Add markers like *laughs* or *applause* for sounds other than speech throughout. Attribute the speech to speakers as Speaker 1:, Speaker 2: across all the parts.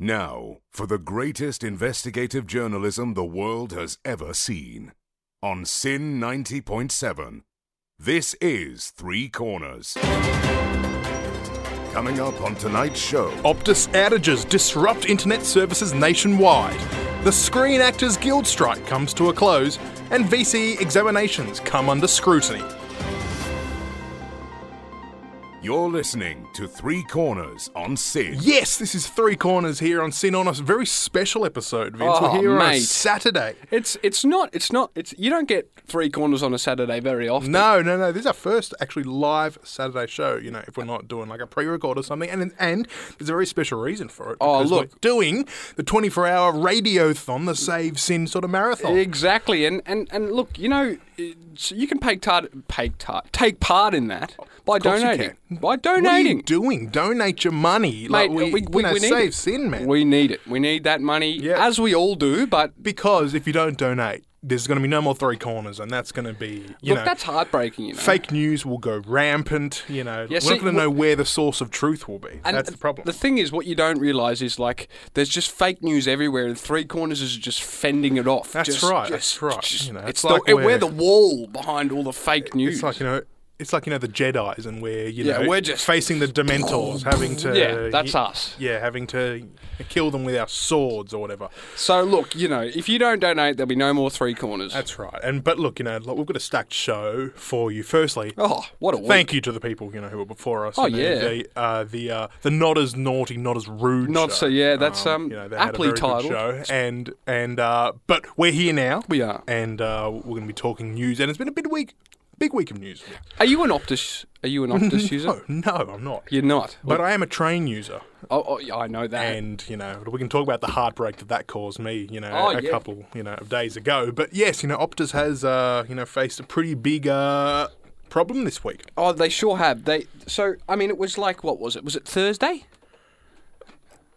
Speaker 1: Now, for the greatest investigative journalism the world has ever seen. On Sin 90.7, this is Three Corners. Coming up on tonight's show,
Speaker 2: Optus outages disrupt internet services nationwide. The Screen Actors Guild strike comes to a close, and VCE examinations come under scrutiny.
Speaker 1: you're listening to Three Corners on Sin.
Speaker 2: Yes, this is Three Corners here on Sin on a very special episode, Vince.
Speaker 3: Oh,
Speaker 2: We're here on a
Speaker 3: mate.
Speaker 2: Saturday.
Speaker 3: It's it's not it's not it's you don't get three corners on a Saturday very often.
Speaker 2: No, no, no. This is our first actually live Saturday show. You know, if we're not doing like a pre-record or something, and and there's a very special reason for it.
Speaker 3: Oh,
Speaker 2: because we're
Speaker 3: look.
Speaker 2: doing the 24-hour radiothon, the Save Sin sort of marathon.
Speaker 3: Exactly, and, and, and look, you know, it's- you can take tar- take tar- take part in that by
Speaker 2: course you
Speaker 3: donating.
Speaker 2: can.
Speaker 3: By
Speaker 2: What are
Speaker 3: donating,
Speaker 2: you doing? Donate your money. like
Speaker 3: Mate,
Speaker 2: we,
Speaker 3: we,
Speaker 2: you
Speaker 3: we,
Speaker 2: know,
Speaker 3: we need
Speaker 2: save
Speaker 3: it.
Speaker 2: sin, man.
Speaker 3: We need it. We need that money,
Speaker 2: Yeah.
Speaker 3: as we all do. But
Speaker 2: because if you don't donate, there's going to be no more three corners, and that's going to be you
Speaker 3: look,
Speaker 2: know.
Speaker 3: that's heartbreaking. You know,
Speaker 2: Fake news will go rampant, you know. We're
Speaker 3: see,
Speaker 2: not going to
Speaker 3: wh-
Speaker 2: know where the source of truth will be. That's the problem.
Speaker 3: The thing is, what you don't realise is like there's just fake news everywhere, and Three Corners is just fending it off.
Speaker 2: That's
Speaker 3: Just-
Speaker 2: right,
Speaker 3: just-
Speaker 2: that's right.
Speaker 3: just-
Speaker 2: You know,
Speaker 3: it's
Speaker 2: it's like
Speaker 3: the, we're,
Speaker 2: we're-
Speaker 3: the wall behind all the fake news.
Speaker 2: It's like you know, it's like you know the Jedi's, and we're you
Speaker 3: Yeah,
Speaker 2: know
Speaker 3: we're just-
Speaker 2: facing the Dementors, having to
Speaker 3: Yeah, that's
Speaker 2: y-
Speaker 3: us.
Speaker 2: Yeah, having to kill them with our swords or whatever.
Speaker 3: So look, you know, if you don't donate, there'll be no more three corners.
Speaker 2: That's right. And but look, you know, look, we've got a stacked show for you. Firstly,
Speaker 3: oh, what a
Speaker 2: Thank you to the people you know who were before us.
Speaker 3: Oh,
Speaker 2: you know,
Speaker 3: yeah.
Speaker 2: the uh, the uh, the not as naughty, not as rude.
Speaker 3: Not
Speaker 2: show.
Speaker 3: so- yeah, that's, um,
Speaker 2: they had a
Speaker 3: aptly
Speaker 2: very good
Speaker 3: titled.
Speaker 2: show, and and uh, but we're here now.
Speaker 3: We are.
Speaker 2: and uh, we're going to be talking news, and it's been a big week, big week of news.
Speaker 3: Are you an Optus? Are you an Optus user?
Speaker 2: *laughs* No, no, I'm not.
Speaker 3: You're not.
Speaker 2: But I am a train user,
Speaker 3: oh, oh, yeah, I know that.
Speaker 2: and you know we can talk about the heartbreak that that caused me, you know,
Speaker 3: Oh,
Speaker 2: a
Speaker 3: yeah.
Speaker 2: couple you know of days ago. But yes, you know, Optus has uh, you know faced a pretty big uh, problem this week.
Speaker 3: oh, they sure have. They so I mean, it was like what was it? Was it Thursday?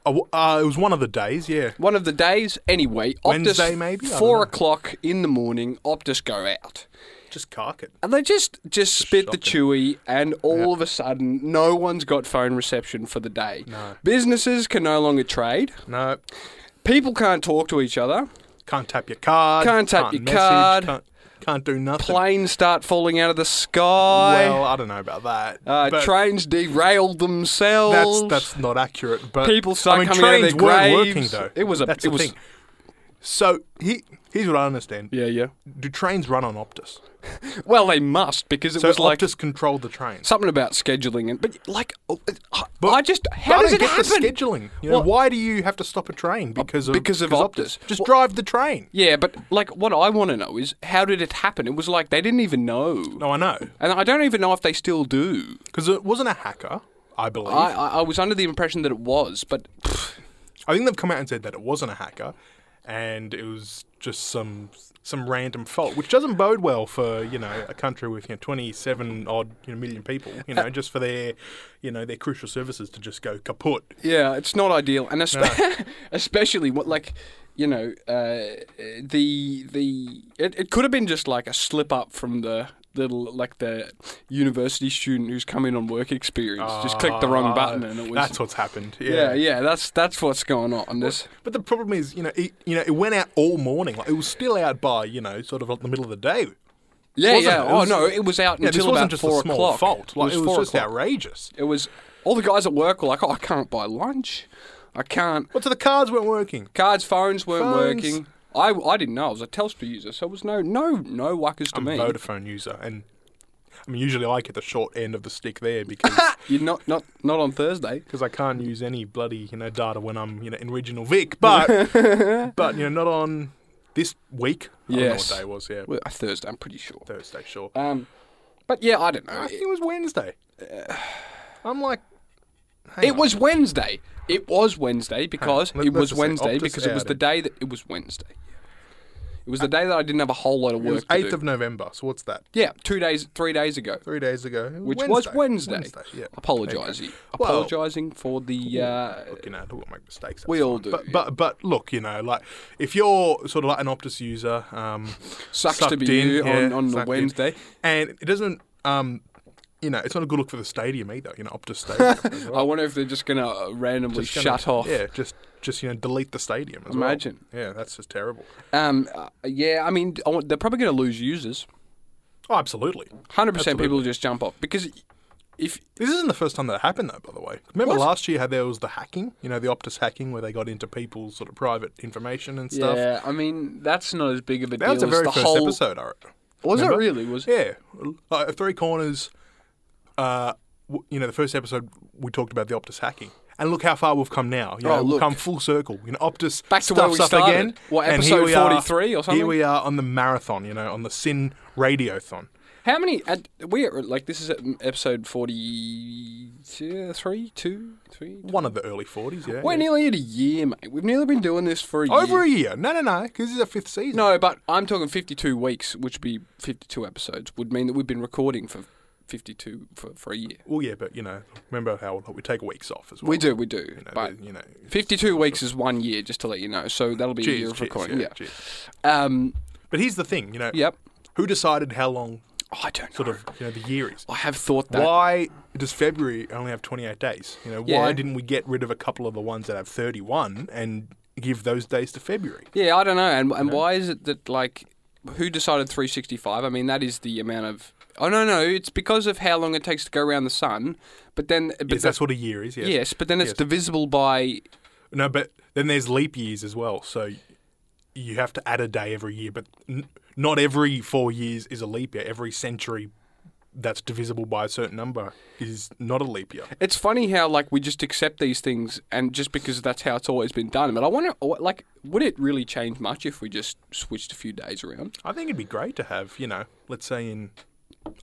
Speaker 2: Uh, w- uh, it was one of the days, yeah.
Speaker 3: One of the days. Anyway, Optus,
Speaker 2: Wednesday maybe? I don't know.
Speaker 3: Four o'clock in the morning, Optus go out.
Speaker 2: Just cark it.
Speaker 3: And they just just spit the
Speaker 2: shocking.
Speaker 3: chewy, and all of a sudden, no one's got phone reception for the day.
Speaker 2: No.
Speaker 3: Businesses can no longer trade.
Speaker 2: No,
Speaker 3: People can't talk to each other.
Speaker 2: can't tap your card.
Speaker 3: Can't tap your
Speaker 2: message,
Speaker 3: card.
Speaker 2: Can't, can't do nothing.
Speaker 3: Planes start falling out of the sky.
Speaker 2: Well, I don't know about that.
Speaker 3: Uh,
Speaker 2: but
Speaker 3: trains derailed themselves.
Speaker 2: That's that's not accurate. But
Speaker 3: People start
Speaker 2: I mean,
Speaker 3: coming out of
Speaker 2: trains
Speaker 3: their
Speaker 2: weren't working
Speaker 3: graves.
Speaker 2: though.
Speaker 3: It was a-
Speaker 2: That's
Speaker 3: it
Speaker 2: the
Speaker 3: was-
Speaker 2: thing. So he, here's what I understand.
Speaker 3: yeah, yeah.
Speaker 2: Do trains run on Optus?
Speaker 3: Well, they must because it
Speaker 2: So
Speaker 3: was like
Speaker 2: Optus controlled the trains.
Speaker 3: something about scheduling and but like oh, it- I-
Speaker 2: But
Speaker 3: I just how
Speaker 2: I
Speaker 3: does
Speaker 2: don't
Speaker 3: it
Speaker 2: get
Speaker 3: happen?
Speaker 2: The scheduling. You know,
Speaker 3: What- Uh,
Speaker 2: why do you have to stop a train because of
Speaker 3: because of Optus.
Speaker 2: Just
Speaker 3: Well-
Speaker 2: drive the train.
Speaker 3: Yeah, but like what I want to know is how did it happen? It was like they didn't even know,
Speaker 2: No, I know
Speaker 3: and I don't even know if they still do.
Speaker 2: because it wasn't a hacker. I believe.
Speaker 3: I, I I was under the impression that it was, but
Speaker 2: I think they've come out and said that it wasn't a hacker, and it was just some some random fault, which doesn't bode well for you know a country with you know twenty seven odd you know, million people. You know, just for their you know their crucial services to just go kaput.
Speaker 3: Yeah, it's not ideal, and espe- *laughs* especially what like you know uh, the the it, it could have been just like a slip up from the the like the university student who's come in on work experience just clicked the wrong button and it was
Speaker 2: Ah, That's what's happened.
Speaker 3: yeah
Speaker 2: Yeah.
Speaker 3: yeah that's that's what's going on. This
Speaker 2: But the problem is, you know, it, you know, it went out all morning. Like it was still out by, you know, sort of like the middle of the day.
Speaker 3: yeah
Speaker 2: wasn't
Speaker 3: yeah
Speaker 2: it? It
Speaker 3: oh
Speaker 2: was-
Speaker 3: no it was out
Speaker 2: Yeah, this
Speaker 3: until
Speaker 2: wasn't
Speaker 3: about
Speaker 2: just
Speaker 3: four
Speaker 2: a small
Speaker 3: o'clock.
Speaker 2: fault. Like it was,
Speaker 3: four
Speaker 2: just
Speaker 3: o'clock.
Speaker 2: outrageous.
Speaker 3: It was all the guys at work were like, oh I can't buy lunch, I can't
Speaker 2: But so the cards weren't working.
Speaker 3: cards phones weren't
Speaker 2: Phones.
Speaker 3: working. I, I didn't know I was a Telstra user, so it was no no no whackers to
Speaker 2: I'm
Speaker 3: me.
Speaker 2: a Vodafone user, and I mean, usually I get the short end of the stick there
Speaker 3: *laughs*
Speaker 2: because
Speaker 3: You're not not not on Thursday.
Speaker 2: because I can't use any bloody you know data when I'm you know in regional Vic, but
Speaker 3: *laughs*
Speaker 2: but you know not on this week. I don't know
Speaker 3: Yes.
Speaker 2: what day it was. Yeah,
Speaker 3: Well, uh, Thursday, I'm pretty sure.
Speaker 2: Thursday. Sure,
Speaker 3: Um, but yeah, I don't know.
Speaker 2: I think
Speaker 3: It,
Speaker 2: it was
Speaker 3: *sighs*
Speaker 2: Wednesday. I'm like,
Speaker 3: it was Wednesday. It was Wednesday because
Speaker 2: let-
Speaker 3: it
Speaker 2: let's
Speaker 3: was
Speaker 2: just say
Speaker 3: Wednesday
Speaker 2: Optus
Speaker 3: because it was the
Speaker 2: outed.
Speaker 3: day that it was Wednesday. It was the day that I didn't have a whole lot of
Speaker 2: it was
Speaker 3: work. to
Speaker 2: eighth
Speaker 3: do.
Speaker 2: of November. So what's that?
Speaker 3: yeah, two days, three days ago,
Speaker 2: Three days ago, It
Speaker 3: which was Wednesday.
Speaker 2: Wednesday. yeah.
Speaker 3: Apologising,
Speaker 2: Well-
Speaker 3: apologising for the. Uh,
Speaker 2: Look, you know, people make mistakes.
Speaker 3: We
Speaker 2: that's
Speaker 3: all
Speaker 2: fine.
Speaker 3: do,
Speaker 2: But,
Speaker 3: yeah.
Speaker 2: but but look, you know, like if you're sort of like an Optus user,
Speaker 3: *laughs*
Speaker 2: um,
Speaker 3: Sucks to
Speaker 2: sucked
Speaker 3: be
Speaker 2: in,
Speaker 3: you on-
Speaker 2: yeah,
Speaker 3: on the
Speaker 2: sucked in.
Speaker 3: Wednesday.
Speaker 2: and it doesn't, um, you know, it's not a good look
Speaker 3: *laughs*
Speaker 2: for the stadium either. You know, Optus Stadium. as well.
Speaker 3: I wonder if they're just gonna uh, randomly
Speaker 2: Just gonna-
Speaker 3: shut off.
Speaker 2: Yeah, just just you know delete the stadium. As
Speaker 3: Imagine.
Speaker 2: Well. Yeah, that's just terrible.
Speaker 3: Um, uh, yeah, I mean, I want- they're probably going to lose users.
Speaker 2: Oh, absolutely.
Speaker 3: Hundred percent, people will just jump off because if
Speaker 2: This isn't the first time that happened, though. By the way, remember
Speaker 3: What?
Speaker 2: last year how there was the hacking? You know, the Optus hacking where they got into people's sort of private information and stuff.
Speaker 3: yeah, I mean, that's not as big of a
Speaker 2: That
Speaker 3: deal
Speaker 2: was the
Speaker 3: as
Speaker 2: very
Speaker 3: the
Speaker 2: first
Speaker 3: whole.
Speaker 2: episode, I reckon.
Speaker 3: Was
Speaker 2: Remember?
Speaker 3: it really? Was it?
Speaker 2: Yeah, like Three Corners. Uh, w- you know, the first episode we talked about the Optus hacking, and look how far we've come now. You
Speaker 3: Oh,
Speaker 2: know, we've
Speaker 3: look.
Speaker 2: come full circle. You know, Optus
Speaker 3: Back to where
Speaker 2: stuffs
Speaker 3: we
Speaker 2: up
Speaker 3: started.
Speaker 2: again.
Speaker 3: What,
Speaker 2: and
Speaker 3: episode
Speaker 2: here we are-
Speaker 3: 43 or something?
Speaker 2: Here we are on the marathon. You know, on the Sin Radiothon.
Speaker 3: How many? At, we are, like this is at mm, episode forty three, two, three.
Speaker 2: One of the early forties. Yeah,
Speaker 3: We're nearly at a year, mate. We've nearly been doing this for a
Speaker 2: over
Speaker 3: year.
Speaker 2: a year. No, no, no, because this is a fifth season.
Speaker 3: No, but I'm talking fifty two weeks, which would be fifty two episodes, would mean that we've been recording for fifty two for, for a year.
Speaker 2: Well, yeah, but you know, remember how we take weeks off as well.
Speaker 3: We do, we do.
Speaker 2: You know,
Speaker 3: but
Speaker 2: the- you know,
Speaker 3: fifty two weeks is one year, just to let you know. So that'll be a year
Speaker 2: cheers,
Speaker 3: of
Speaker 2: cheers,
Speaker 3: recording.
Speaker 2: yeah,
Speaker 3: Yeah.
Speaker 2: cheers.
Speaker 3: Um.
Speaker 2: But here's the thing, you know,
Speaker 3: Yep.
Speaker 2: who decided how long
Speaker 3: Oh, I don't know.
Speaker 2: sort of you know the year is?
Speaker 3: I have thought that.
Speaker 2: why does February only have 28 days? You know,
Speaker 3: Yeah.
Speaker 2: why didn't we get rid of a couple of the ones that have 31 and give those days to February?
Speaker 3: Yeah, I don't know. And and why is it that like who decided 365? I mean, that is the amount of Oh no, no, it's because of how long it takes to go around the sun. But then but
Speaker 2: Yes, that's what a year is. Yes.
Speaker 3: yes. but then it's
Speaker 2: Yes.
Speaker 3: divisible by
Speaker 2: No, but then there's leap years as well. So you have to add a day every year, but n- not every four years is a leap year. Every century that's divisible by a certain number is not a leap year.
Speaker 3: It's funny how like we just accept these things and just because that's how it's always been done. But I wonder what- like would it really change much if we just switched a few days around?
Speaker 2: I think it'd be great to have, you know, let's say in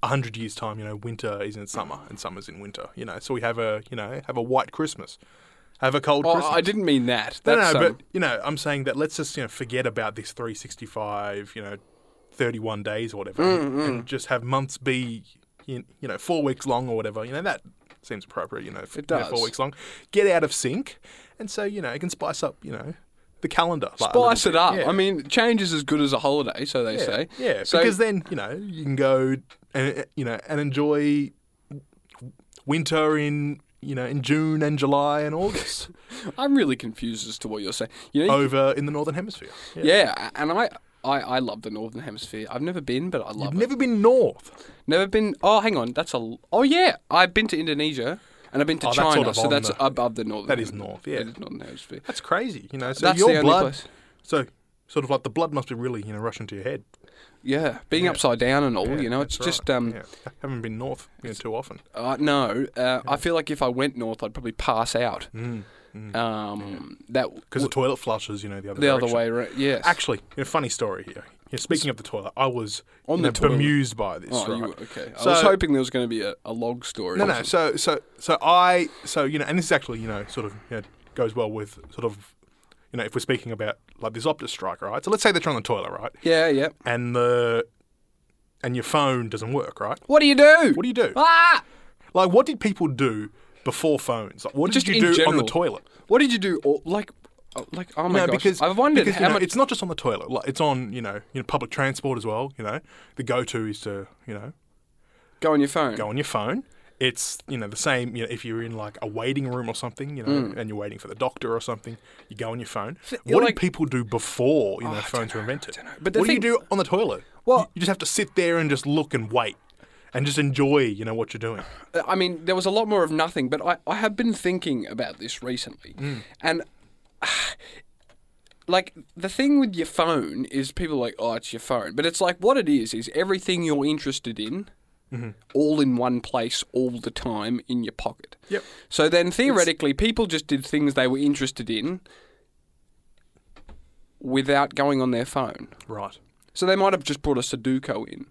Speaker 2: a hundred years' time, you know, winter is in summer and summer's in winter. You know, so we have a, you know, have a white Christmas, have a cold
Speaker 3: Oh,
Speaker 2: Christmas.
Speaker 3: I didn't mean that.
Speaker 2: No,
Speaker 3: That's,
Speaker 2: no,
Speaker 3: um,
Speaker 2: but you know, I'm saying that let's just you know forget about this 365, you know, 31 days or whatever,
Speaker 3: Mm,
Speaker 2: and just have months be you you know four weeks long or whatever. You know that seems appropriate. You know, f-
Speaker 3: It
Speaker 2: you know,
Speaker 3: does.
Speaker 2: four weeks long. Get out of sync, and so you know it can spice up you know the calendar. like, a little
Speaker 3: spice it
Speaker 2: bit.
Speaker 3: up.
Speaker 2: Yeah.
Speaker 3: I mean, change is as good as a holiday, so they
Speaker 2: yeah,
Speaker 3: say.
Speaker 2: yeah,
Speaker 3: So
Speaker 2: because then you know you can go and uh, you know and enjoy winter in you know in June and July and
Speaker 3: *laughs*
Speaker 2: August
Speaker 3: I'm really confused as to what you're saying. You know,
Speaker 2: over in the northern hemisphere. Oh, Yeah.
Speaker 3: Yeah, and I, I, I love the Northern Hemisphere. I've never been, but I love
Speaker 2: You've
Speaker 3: it.
Speaker 2: never been north.
Speaker 3: never been. Oh, hang on, that's a. l- Oh yeah, I've been to Indonesia and I've been to
Speaker 2: Oh, that's
Speaker 3: China,
Speaker 2: sort of
Speaker 3: so
Speaker 2: on
Speaker 3: that's
Speaker 2: the-
Speaker 3: above the Northern.
Speaker 2: that is
Speaker 3: Hem-
Speaker 2: north, yeah.
Speaker 3: that is Northern Hemisphere.
Speaker 2: That's crazy, you know. So
Speaker 3: Mm. That's
Speaker 2: your
Speaker 3: the only
Speaker 2: blood,
Speaker 3: place.
Speaker 2: so sort of like the blood must be really, you know, rushing to your head.
Speaker 3: Yeah, being upside down and all,
Speaker 2: Yeah,
Speaker 3: you know, it's
Speaker 2: that's
Speaker 3: just
Speaker 2: right.
Speaker 3: um.
Speaker 2: yeah. I haven't been north you know, too often.
Speaker 3: Uh, no, uh, I feel like if I went north, I'd probably pass out. um, that
Speaker 2: Mm, Because the toilet flushes, you know, the other
Speaker 3: the other
Speaker 2: direction.
Speaker 3: way around. Yes,
Speaker 2: Actually, you know, funny story here. You know, speaking of the toilet, I was
Speaker 3: On
Speaker 2: you
Speaker 3: the
Speaker 2: know,
Speaker 3: toilet.
Speaker 2: bemused by this.
Speaker 3: Oh, you
Speaker 2: right?
Speaker 3: were- okay. I
Speaker 2: So-
Speaker 3: was hoping there was going to be a, a log story.
Speaker 2: No,
Speaker 3: or
Speaker 2: no.
Speaker 3: something.
Speaker 2: So, so, so I, so you know, and this is actually, you know, sort of you know, goes well with sort of, you know, if we're speaking about like this Optus strike, right? So let's say they're on the toilet, right?
Speaker 3: Yeah, yeah.
Speaker 2: And the, and your phone doesn't work, right?
Speaker 3: What do you do?
Speaker 2: What do you do?
Speaker 3: Ah!
Speaker 2: Like, what did people do before phones? Like, what
Speaker 3: Just
Speaker 2: did
Speaker 3: in
Speaker 2: you do on
Speaker 3: general.
Speaker 2: the toilet?
Speaker 3: What did you do? Or, like, uh, like oh my
Speaker 2: no,
Speaker 3: gosh!
Speaker 2: because
Speaker 3: I've wondered
Speaker 2: because, you
Speaker 3: how
Speaker 2: know,
Speaker 3: much.
Speaker 2: it's not just on the toilet. Like, it's on you know you know public transport as well. You know, the go-to is to you know
Speaker 3: go on your phone.
Speaker 2: go on your phone. It's you know the same. You know, if you're in like a waiting room or something, you know, and you're waiting for the doctor or something, you go on your phone.
Speaker 3: Mm. you're
Speaker 2: What
Speaker 3: like- Oh,
Speaker 2: did people do before you know phones were invented?
Speaker 3: But the
Speaker 2: what
Speaker 3: thing-
Speaker 2: do you do on the toilet?
Speaker 3: Well-
Speaker 2: you, you just have to sit there and just look and wait, and just enjoy you know what you're
Speaker 3: *sighs*
Speaker 2: doing.
Speaker 3: I mean, there was a lot more of nothing, but I, I have been thinking about this recently.
Speaker 2: Mm.
Speaker 3: And, *sighs* like, the thing with your phone is people are like, oh, it's your phone. But it's like, what it is, is everything you're interested in.
Speaker 2: Mm-hmm.
Speaker 3: All in one place, all the time, in your pocket.
Speaker 2: Yep.
Speaker 3: So then, theoretically, people just did things they were interested in without going on their phone.
Speaker 2: Right.
Speaker 3: So they might have just brought a Sudoku in.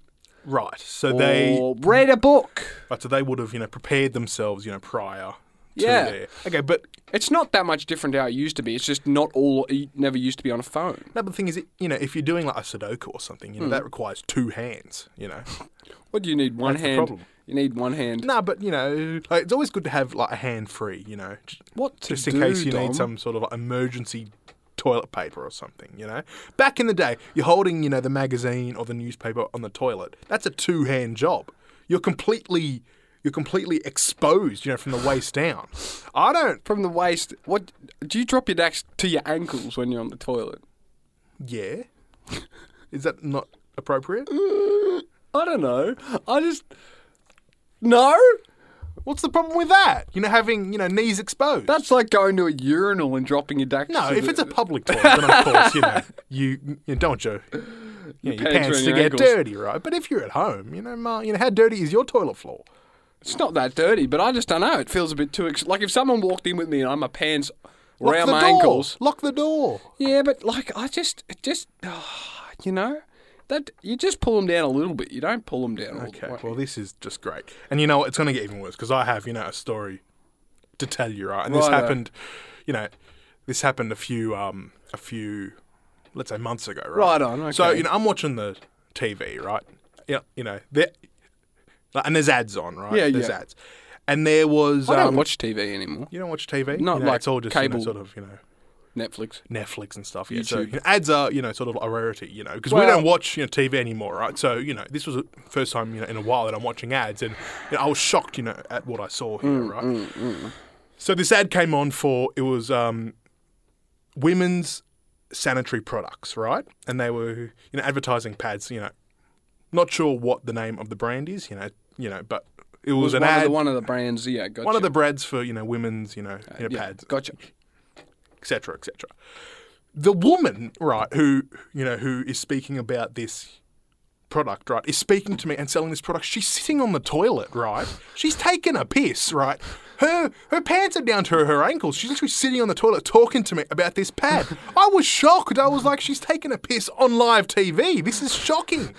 Speaker 2: Right. So they
Speaker 3: or read a book.
Speaker 2: Right, so they would have, you know, prepared themselves, you know, prior. To
Speaker 3: Yeah.
Speaker 2: Their, okay, but
Speaker 3: It's not that much different to how it used to be. It's just not all. It never used to be on a phone.
Speaker 2: no, but the thing is, it, you know, if you're doing like a Sudoku or something,
Speaker 3: Hmm.
Speaker 2: you know, that requires two hands, you know.
Speaker 3: What do you need? One
Speaker 2: That's the
Speaker 3: hand.
Speaker 2: problem.
Speaker 3: You need one hand.
Speaker 2: no, but you know, like, it's always good to have like a hand free, you know, j-
Speaker 3: What to
Speaker 2: just in
Speaker 3: do,
Speaker 2: case you
Speaker 3: Dom?
Speaker 2: need some sort of like, emergency toilet paper or something, you know. Back in the day, you're holding, you know, the magazine or the newspaper on the toilet. That's a two hand job. You're completely. you're completely exposed, you know, from the waist down. I don't.
Speaker 3: From the waist, what do you drop your dacks to your ankles when you're on the toilet?
Speaker 2: Yeah. Is that not appropriate?
Speaker 3: Mm. I don't know. I just no.
Speaker 2: What's the problem with that? You know, having you know knees exposed.
Speaker 3: That's like going to a urinal and dropping your dacks.
Speaker 2: no,
Speaker 3: to
Speaker 2: if
Speaker 3: the-
Speaker 2: it's a
Speaker 3: *laughs*
Speaker 2: public toilet, then of course you know you, you don't want your, you know, your
Speaker 3: pants
Speaker 2: pants
Speaker 3: around
Speaker 2: to
Speaker 3: your
Speaker 2: get
Speaker 3: ankles.
Speaker 2: dirty, right? But if you're at home, you know, Ma, you know, how dirty is your toilet floor?
Speaker 3: it's not that dirty, but I just don't know. It feels a bit too ex- like if someone walked in with me and I'm my pants
Speaker 2: Lock
Speaker 3: around
Speaker 2: the
Speaker 3: my
Speaker 2: door.
Speaker 3: ankles.
Speaker 2: Lock the door.
Speaker 3: Yeah, but like I just, it just, ah, you know, that you just pull them down a little bit. You don't pull them down. All
Speaker 2: Okay.
Speaker 3: the way.
Speaker 2: Well, this is just great. And you know what? It's going to get even worse because I have, you know, a story to tell you, right? And this
Speaker 3: Righto.
Speaker 2: happened, you know, this happened a few, um, a few, let's say months ago, right?
Speaker 3: Right on,
Speaker 2: So,
Speaker 3: okay.
Speaker 2: you know, I'm watching the TV, right? Yeah, you know, there, like, and there's ads on, right?
Speaker 3: Yeah,
Speaker 2: There's
Speaker 3: yeah.
Speaker 2: ads. And there was.
Speaker 3: I
Speaker 2: um,
Speaker 3: don't watch TV anymore.
Speaker 2: You don't watch TV?
Speaker 3: Not
Speaker 2: You know,
Speaker 3: like
Speaker 2: it's all just
Speaker 3: cable.
Speaker 2: You know, sort of, you know.
Speaker 3: Netflix.
Speaker 2: Netflix and stuff. Yeah, so
Speaker 3: YouTube.
Speaker 2: you know, ads are you know sort of a rarity, you know, because we
Speaker 3: Well-
Speaker 2: don't watch you know TV anymore, right? So you know, this was the first time you know in a while that I'm watching ads, and you know, I was shocked, you know, at what I saw here,
Speaker 3: Mm,
Speaker 2: right? So this ad came on for it was um, women's sanitary products, right? And they were you know advertising pads, you know, not sure what the name of the brand is, you know, you know, but it was,
Speaker 3: was
Speaker 2: an
Speaker 3: one
Speaker 2: ad,
Speaker 3: Of the, one of the brands. Yeah, gotcha.
Speaker 2: one of the brands for you know women's, you know, you know
Speaker 3: yeah,
Speaker 2: pads,
Speaker 3: Gotcha.
Speaker 2: etc., etc. The woman, right, who you know, who is speaking about this product, right, is speaking to me and selling this product. She's sitting on the toilet, right. She's taking a piss, right. Her her pants are down to her ankles. She's literally sitting on the toilet talking to me about this pad. I was shocked. I was like, she's taking a piss on live TV. This is shocking.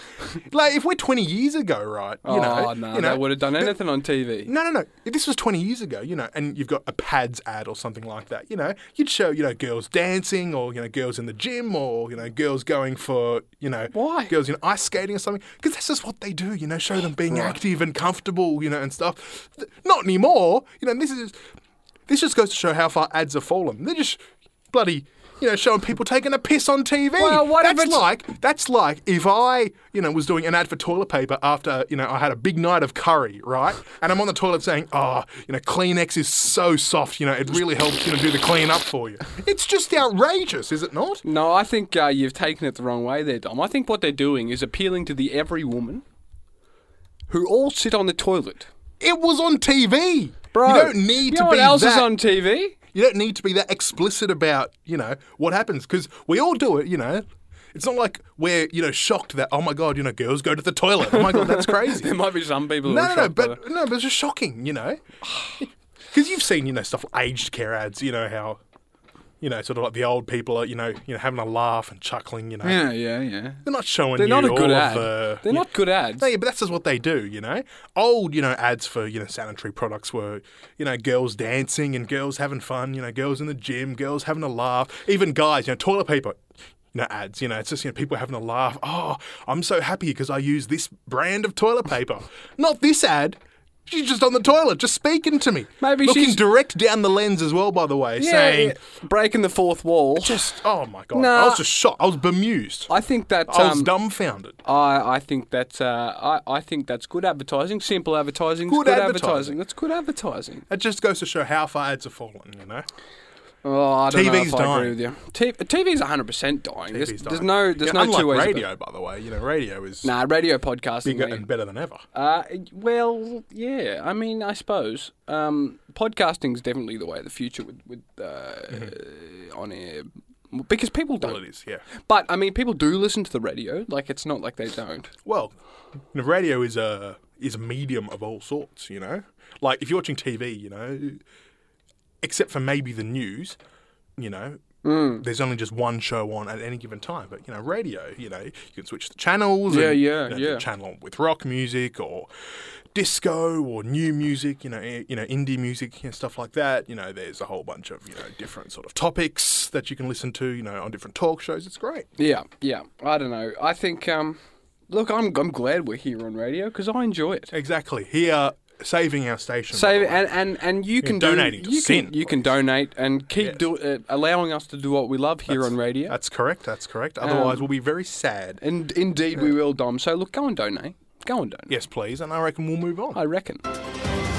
Speaker 2: Like if we're twenty years ago, right? You know,
Speaker 3: oh no,
Speaker 2: you know,
Speaker 3: they would have done
Speaker 2: the-
Speaker 3: anything on TV.
Speaker 2: no, no, no. If this was 20 years ago, you know, and you've got a pads ad or something like that, you know, you'd show, you know, girls dancing or, you know, girls in the gym or, you know, girls going for, you know,
Speaker 3: Why?
Speaker 2: girls, you know, ice skating or something. Because that's just what they do, you know, show them being active and comfortable, you know, and stuff. Th- Not anymore. You know, this is, this just goes to show how far ads have fallen. They're just bloody. You know, showing people taking a piss on TV.
Speaker 3: Well, what if
Speaker 2: that's
Speaker 3: it's-
Speaker 2: like that's like if I, you know, was doing an ad for toilet paper after, you know, I had a big night of curry, right? And I'm on the toilet saying, "Oh, you know, Kleenex is so soft, you know, it really helps, you know, do the clean up for you." It's just outrageous, is it not?
Speaker 3: No, I think uh, you've taken it the wrong way there, Dom. I think what they're doing is appealing to the every woman who all sit on the toilet.
Speaker 2: It was on TV.
Speaker 3: Bro,
Speaker 2: you don't need
Speaker 3: you
Speaker 2: to
Speaker 3: know
Speaker 2: be
Speaker 3: what else
Speaker 2: that.
Speaker 3: is on TV?
Speaker 2: You don't need to be that explicit about, you know, what happens because we all do it, you know. It's not like we're, you know, shocked that oh my god, you know, girls go to the toilet. Oh my god, that's crazy.
Speaker 3: There might be some people. who
Speaker 2: No,
Speaker 3: are
Speaker 2: no, no,
Speaker 3: shocked by
Speaker 2: but no, but it's just shocking, you know, *sighs* because you've seen, you know, stuff like aged care ads. You know how, you know, sort of like the old people are, you know, you know, having a laugh and chuckling. You know,
Speaker 3: that. yeah, yeah, yeah.
Speaker 2: they're not showing
Speaker 3: They're
Speaker 2: you
Speaker 3: not a good
Speaker 2: all
Speaker 3: ad.
Speaker 2: of the.
Speaker 3: They're not good ads.
Speaker 2: No, yeah, but that's just what they do, you know. Old, you know, ads for you know sanitary products were, you know, girls dancing and girls having fun, you know, girls in the gym, girls having a laugh, even guys, you know, toilet paper. You know, ads. You know, it's just you know people having a laugh. Oh, I'm so happy because I use this brand of toilet paper, not this ad. She's just on the toilet, just speaking to me.
Speaker 3: Maybe
Speaker 2: looking
Speaker 3: she's-
Speaker 2: direct down the lens as well. By the way,
Speaker 3: yeah,
Speaker 2: saying,
Speaker 3: yeah. breaking the fourth wall.
Speaker 2: "Just oh my god!" I
Speaker 3: Nah.
Speaker 2: was just shocked. I was bemused. I,
Speaker 3: I think that
Speaker 2: was
Speaker 3: um,
Speaker 2: dumbfounded.
Speaker 3: I, I think that's uh, I, I think that's good advertising. Simple advertising.
Speaker 2: Good
Speaker 3: good
Speaker 2: advertising.
Speaker 3: advertising. That's good advertising.
Speaker 2: It just goes to show how far ads have fallen. You know.
Speaker 3: Oh, I don't know
Speaker 2: TV's
Speaker 3: if I
Speaker 2: dying.
Speaker 3: agree with you. T- TV's 100% dying. There's,
Speaker 2: TV's
Speaker 3: there's
Speaker 2: dying.
Speaker 3: no there's
Speaker 2: Yeah,
Speaker 3: no
Speaker 2: unlike
Speaker 3: two ways. about-
Speaker 2: radio, by the way. You know, radio is
Speaker 3: Nah, radio podcasting.
Speaker 2: bigger
Speaker 3: man.
Speaker 2: and better than ever.
Speaker 3: Uh, well, yeah. I mean, I suppose um, podcasting's definitely the way of the future with with uh,
Speaker 2: Mm-hmm.
Speaker 3: on air because people
Speaker 2: Well,
Speaker 3: don't.
Speaker 2: it is, yeah.
Speaker 3: But I mean, people do listen to the radio. Like, it's not like they don't.
Speaker 2: Well, you know, radio is a is a medium of all sorts. You know, like if you're watching TV, you know, except for maybe the news, you know.
Speaker 3: Mm.
Speaker 2: There's only just one show on at any given time, but you know, radio. You know, you can switch the channels.
Speaker 3: Yeah,
Speaker 2: and,
Speaker 3: yeah,
Speaker 2: you know,
Speaker 3: yeah.
Speaker 2: The channel with rock music or disco or new music. You know, i- you know, indie music and stuff like that. You know, there's a whole bunch of you know different sort of topics that you can listen to. You know, on different talk shows. It's great.
Speaker 3: Yeah, yeah. I don't know. I think. Um, look, I'm I'm glad we're here on radio because I enjoy it.
Speaker 2: Exactly. Here, saving our station. by
Speaker 3: Save
Speaker 2: the
Speaker 3: it,
Speaker 2: way.
Speaker 3: and, and, and you can
Speaker 2: donating to
Speaker 3: do, you
Speaker 2: sin,
Speaker 3: Can, you can donate and keep
Speaker 2: Yes.
Speaker 3: do, uh, allowing us to do what we love here on radio.
Speaker 2: That's correct. That's correct. Otherwise, we'll be very sad.
Speaker 3: Um, and indeed, we will, Dom. So look, go and donate. Go and donate.
Speaker 2: Yes, please. And I reckon we'll move on.
Speaker 3: I reckon.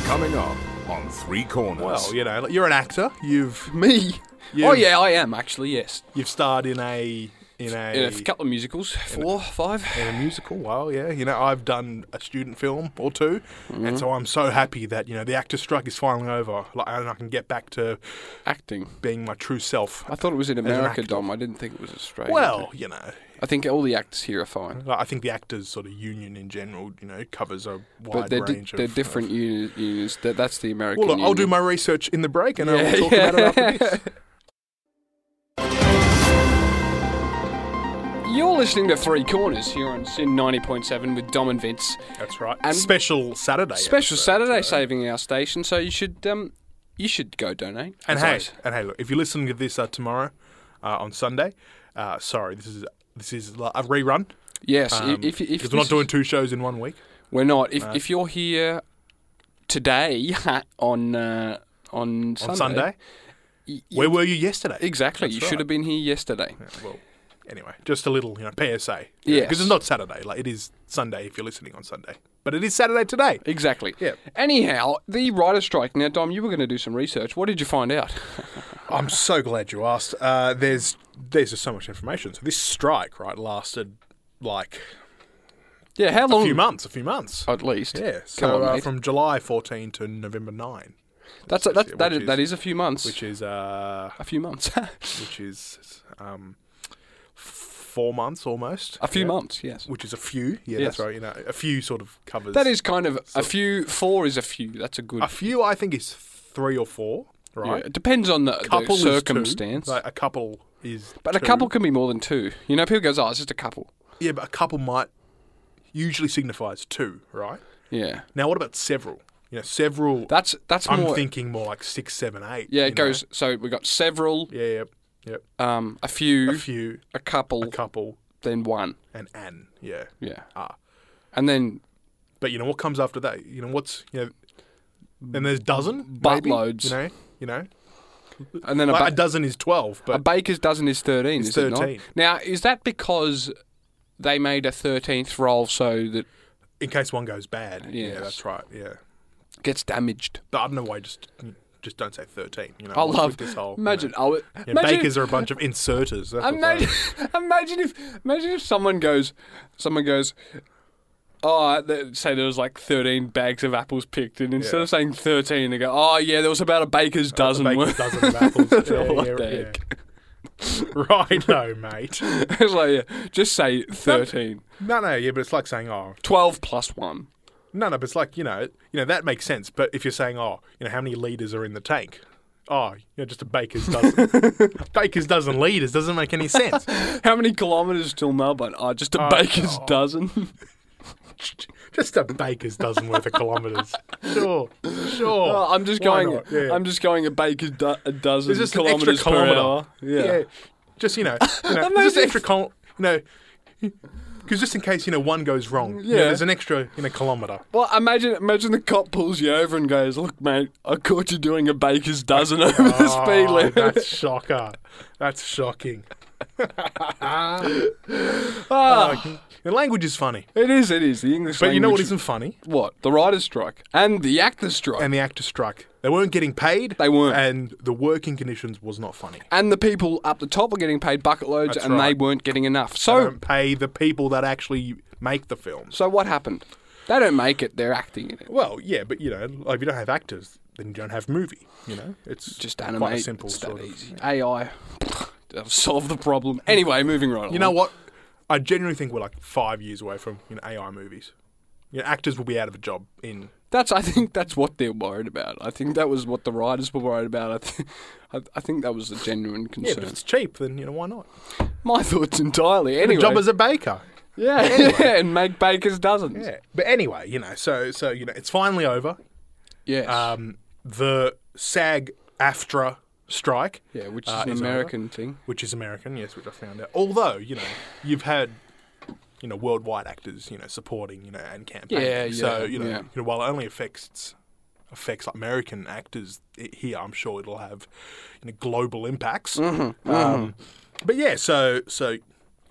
Speaker 1: Coming up on Three Corners.
Speaker 2: Well, you know, like, you're an actor. You've
Speaker 3: Me? Oh
Speaker 2: You've-
Speaker 3: yeah, I am actually. Yes,
Speaker 2: you've starred in a in a
Speaker 3: in a couple of musicals, Uh, four, five.
Speaker 2: in a musical. Well, yeah, you know, I've done a student film or 2
Speaker 3: Mm-hmm.
Speaker 2: and so I'm so happy that you know the actor strike is finally over, like, and I can get back to
Speaker 3: Acting.
Speaker 2: being my true self.
Speaker 3: I thought it was in
Speaker 2: an
Speaker 3: America,
Speaker 2: actor.
Speaker 3: Dom. I didn't think it was Australia.
Speaker 2: Well, you know,
Speaker 3: I think all the actors here are fine,
Speaker 2: like, I think the actors sort of union in general, you know, covers a
Speaker 3: but
Speaker 2: wide
Speaker 3: they're, di-
Speaker 2: range
Speaker 3: they're
Speaker 2: of uh,
Speaker 3: different uni- unions. That, that's the American.
Speaker 2: Well, look, I'll do
Speaker 3: union.
Speaker 2: my research in the break, and
Speaker 3: Yeah,
Speaker 2: I'll talk
Speaker 3: yeah.
Speaker 2: about it after this.
Speaker 3: *laughs* You're listening to Three Corners here on Sin 90.7 with Dom and Vince.
Speaker 2: That's right.
Speaker 3: And-
Speaker 2: Special Saturday.
Speaker 3: Special
Speaker 2: episode
Speaker 3: Saturday
Speaker 2: today.
Speaker 3: saving our station, so you should um, you should go donate.
Speaker 2: And
Speaker 3: As
Speaker 2: hey,
Speaker 3: always.
Speaker 2: and hey, look, if you're listening to this uh, tomorrow uh, on Sunday, uh, sorry, this is this is like a rerun.
Speaker 3: yes, i-
Speaker 2: Um,
Speaker 3: if, if,
Speaker 2: because we're not
Speaker 3: this-
Speaker 2: doing two shows in one week.
Speaker 3: we're not. If, if you're here today *laughs* on uh, on Sunday,
Speaker 2: On Sunday,
Speaker 3: y- y-
Speaker 2: where were you yesterday?
Speaker 3: exactly,
Speaker 2: That's
Speaker 3: you
Speaker 2: right.
Speaker 3: should have been here yesterday.
Speaker 2: Yeah, well, anyway, just a little, you know, PSA.
Speaker 3: Yes.
Speaker 2: because it's not Saturday. Like it is Sunday if you're listening on Sunday, but it is Saturday today.
Speaker 3: Exactly.
Speaker 2: Yeah.
Speaker 3: Anyhow, the writer strike. Now, Dom, you were going to do some research. What did you find out?
Speaker 2: I'm so glad you asked. Uh, there's there's just so much information. So this strike, right, lasted like
Speaker 3: yeah,
Speaker 2: a
Speaker 3: how long?
Speaker 2: few months, a few months.
Speaker 3: At least.
Speaker 2: Yeah,
Speaker 3: Come
Speaker 2: so
Speaker 3: on,
Speaker 2: uh,
Speaker 3: mate.
Speaker 2: from July 14 to November 9,
Speaker 3: That's a, that's,
Speaker 2: which
Speaker 3: that, is,
Speaker 2: is-
Speaker 3: that is a few months.
Speaker 2: which is uh,
Speaker 3: a few months. *laughs*
Speaker 2: which is um, four months almost.
Speaker 3: a few
Speaker 2: Yeah.
Speaker 3: months. Yes.
Speaker 2: Which is a few. Yeah,
Speaker 3: Yes.
Speaker 2: that's right. You know, a few sort of covers.
Speaker 3: That is kind of a few. Four is a few. That's a good.
Speaker 2: a few. I think is three or four.
Speaker 3: yeah,
Speaker 2: Right.
Speaker 3: it depends on the, the
Speaker 2: couple is two,
Speaker 3: circumstance.
Speaker 2: like a couple is.
Speaker 3: but a
Speaker 2: two.
Speaker 3: couple can be more than two. You know, people goes, "Oh, it's just a couple."
Speaker 2: Yeah, but a couple might usually signifies two. Right.
Speaker 3: Yeah,
Speaker 2: Now, what about several? You know, several.
Speaker 3: that's that's
Speaker 2: I'm
Speaker 3: more.
Speaker 2: thinking more like six, seven, eight.
Speaker 3: yeah,
Speaker 2: you
Speaker 3: it
Speaker 2: know?
Speaker 3: goes. So we got several,
Speaker 2: Yeah. Yep. Yep.
Speaker 3: um, a few,
Speaker 2: A few.
Speaker 3: a couple,
Speaker 2: A couple.
Speaker 3: then one.
Speaker 2: And an. Yeah.
Speaker 3: Yeah,
Speaker 2: Ah.
Speaker 3: and then
Speaker 2: But you know what comes after that? You know what's you know. Then there's dozen. maybe,
Speaker 3: Mm, Buttloads.
Speaker 2: You know. You know.
Speaker 3: and then a,
Speaker 2: Like,
Speaker 3: ba-
Speaker 2: a dozen is twelve,
Speaker 3: a
Speaker 2: but
Speaker 3: baker's dozen is thirteen.
Speaker 2: It's
Speaker 3: is it
Speaker 2: 13.
Speaker 3: not? Now, is that because they made a thirteenth roll so that
Speaker 2: in case one goes bad. Yeah,
Speaker 3: Yes.
Speaker 2: that's right. Yeah.
Speaker 3: gets damaged?
Speaker 2: But I don't know why. Just just don't say thirteen. You know.
Speaker 3: I
Speaker 2: with-
Speaker 3: love
Speaker 2: with this whole. you know,
Speaker 3: Imagine, I would-
Speaker 2: yeah,
Speaker 3: imagine
Speaker 2: bakers are a bunch of inserters. That's *laughs* what
Speaker 3: Imagine, imagine if imagine if someone goes, someone goes, oh, they, say there was like thirteen bags of apples picked, and instead
Speaker 2: Yeah.
Speaker 3: of saying thirteen, they go, oh yeah, there was about a baker's
Speaker 2: they
Speaker 3: dozen
Speaker 2: are. A
Speaker 3: worth.
Speaker 2: baker's
Speaker 3: *laughs*
Speaker 2: dozen of apples. Yeah,
Speaker 3: What
Speaker 2: yeah,
Speaker 3: the
Speaker 2: yeah. *laughs* Righto, mate.
Speaker 3: *laughs* it's like yeah, just say thirteen.
Speaker 2: No, no, yeah, but it's like saying, oh,
Speaker 3: Twelve plus one.
Speaker 2: no, no, but it's like you know, you know that makes sense. But if you're saying, oh, you know, how many liters are in the tank? Oh, you know, just a baker's dozen.
Speaker 3: *laughs*
Speaker 2: baker's dozen liters doesn't make any sense.
Speaker 3: How many kilometres till Melbourne? Oh, just a baker's dozen. *laughs*
Speaker 2: Just a baker's dozen worth of kilometres. Sure, sure.
Speaker 3: Oh, I'm just
Speaker 2: Why
Speaker 3: going.
Speaker 2: not? Yeah.
Speaker 3: I'm just going a baker's do- a dozen
Speaker 2: It's just an extra
Speaker 3: kilometres per
Speaker 2: kilometre.
Speaker 3: hour.
Speaker 2: yeah.
Speaker 3: Yeah.
Speaker 2: just
Speaker 3: *laughs*
Speaker 2: you know, you know it's just an extra col. You know, because just in case you know one goes wrong, yeah,
Speaker 3: Yeah.
Speaker 2: there's an extra you know kilometre.
Speaker 3: Well, imagine imagine the cop pulls you over and goes, "Look, mate, I caught you doing a baker's dozen *laughs* over the speed
Speaker 2: Oh,
Speaker 3: limit."
Speaker 2: That's shocker. That's *laughs* shocking.
Speaker 3: Ah,
Speaker 2: Oh, The language is funny,
Speaker 3: *laughs* it is. It is the English.
Speaker 2: but you know what
Speaker 3: language-
Speaker 2: isn't funny?
Speaker 3: What the writers' strike and the actors' strike and,
Speaker 2: And the actor struck. They weren't getting paid.
Speaker 3: They weren't.
Speaker 2: and the working conditions was not funny.
Speaker 3: the people up the top were getting paid bucket loads,
Speaker 2: That's
Speaker 3: and they
Speaker 2: right. um,
Speaker 3: weren't getting enough.
Speaker 2: They
Speaker 3: So,
Speaker 2: don't pay the people that actually make the films.
Speaker 3: so what happened? They don't make it. They're acting in it.
Speaker 2: Well, yeah, but you know, like, if you don't have actors, then you don't have movie. You know, it's
Speaker 3: Just
Speaker 2: quite a
Speaker 3: animate.
Speaker 2: simple
Speaker 3: it's
Speaker 2: sort
Speaker 3: that
Speaker 2: of-
Speaker 3: easy. AI. That'll solve the problem. Anyway, moving right on.
Speaker 2: You know what? I genuinely think we're like five years away from you know, AI movies. You know, actors will be out of a job in.
Speaker 3: That's I think that's what they're worried about. I think that was what the writers were worried about. I, th- I, I think that was a genuine
Speaker 2: Yeah,
Speaker 3: concern.
Speaker 2: but if it's cheap, then you know why not?
Speaker 3: My thoughts entirely. Anyway,
Speaker 2: A job as a baker.
Speaker 3: yeah, *laughs* and make bakers dozens.
Speaker 2: Yeah, but anyway, you know, so so you know, it's finally over.
Speaker 3: Yes.
Speaker 2: Um, the SAG-AFTRA strike.
Speaker 3: yeah, which is
Speaker 2: uh,
Speaker 3: an
Speaker 2: is over.
Speaker 3: American thing.
Speaker 2: which is American, yes, which I found out. Although, you know, you've had, you know, worldwide actors, you know, supporting, you know, and campaigning.
Speaker 3: Yeah, yeah,
Speaker 2: So, you know,
Speaker 3: yeah.
Speaker 2: you know while it only affects affects like, American actors i- here, I'm sure it'll have, you know, global
Speaker 3: Mm-hmm,
Speaker 2: impacts. Um, But yeah, so so you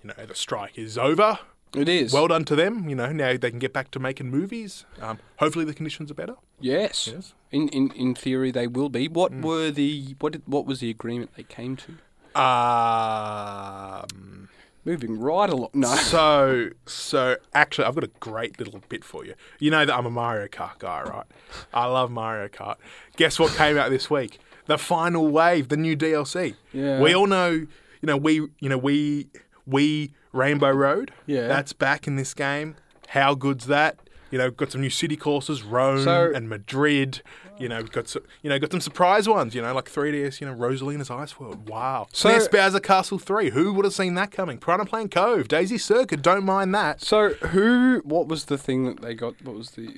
Speaker 2: know, the strike is over.
Speaker 3: It is.
Speaker 2: Well done to them. You know, now they can get back to making movies. Um, hopefully, the conditions are better.
Speaker 3: yes.
Speaker 2: Yes. Mm.
Speaker 3: In, in in theory, they will be. What were the what did, what was the agreement they came to?
Speaker 2: Um,
Speaker 3: Moving right along. No.
Speaker 2: so, so actually, I've got a great little bit for you. You know that I'm a Mario Kart guy, right? I love Mario Kart. Guess what came out this week? The final wave, the new DLC.
Speaker 3: Yeah.
Speaker 2: We all know, you know, we, you know, we, we Rainbow Road.
Speaker 3: Yeah.
Speaker 2: That's back in this game. How good's that? You know, got some new city courses, Rome
Speaker 3: So-
Speaker 2: and Madrid. You know, got some, you know, got some surprise ones. You know, like 3DS. You know, Rosalina's Ice World. Wow.
Speaker 3: So-
Speaker 2: SNES Bowser Castle 3. Who would have seen that coming? Piranha Plant Cove, Daisy Circuit. Don't mind that.
Speaker 3: So who? What was the thing that they got? What was the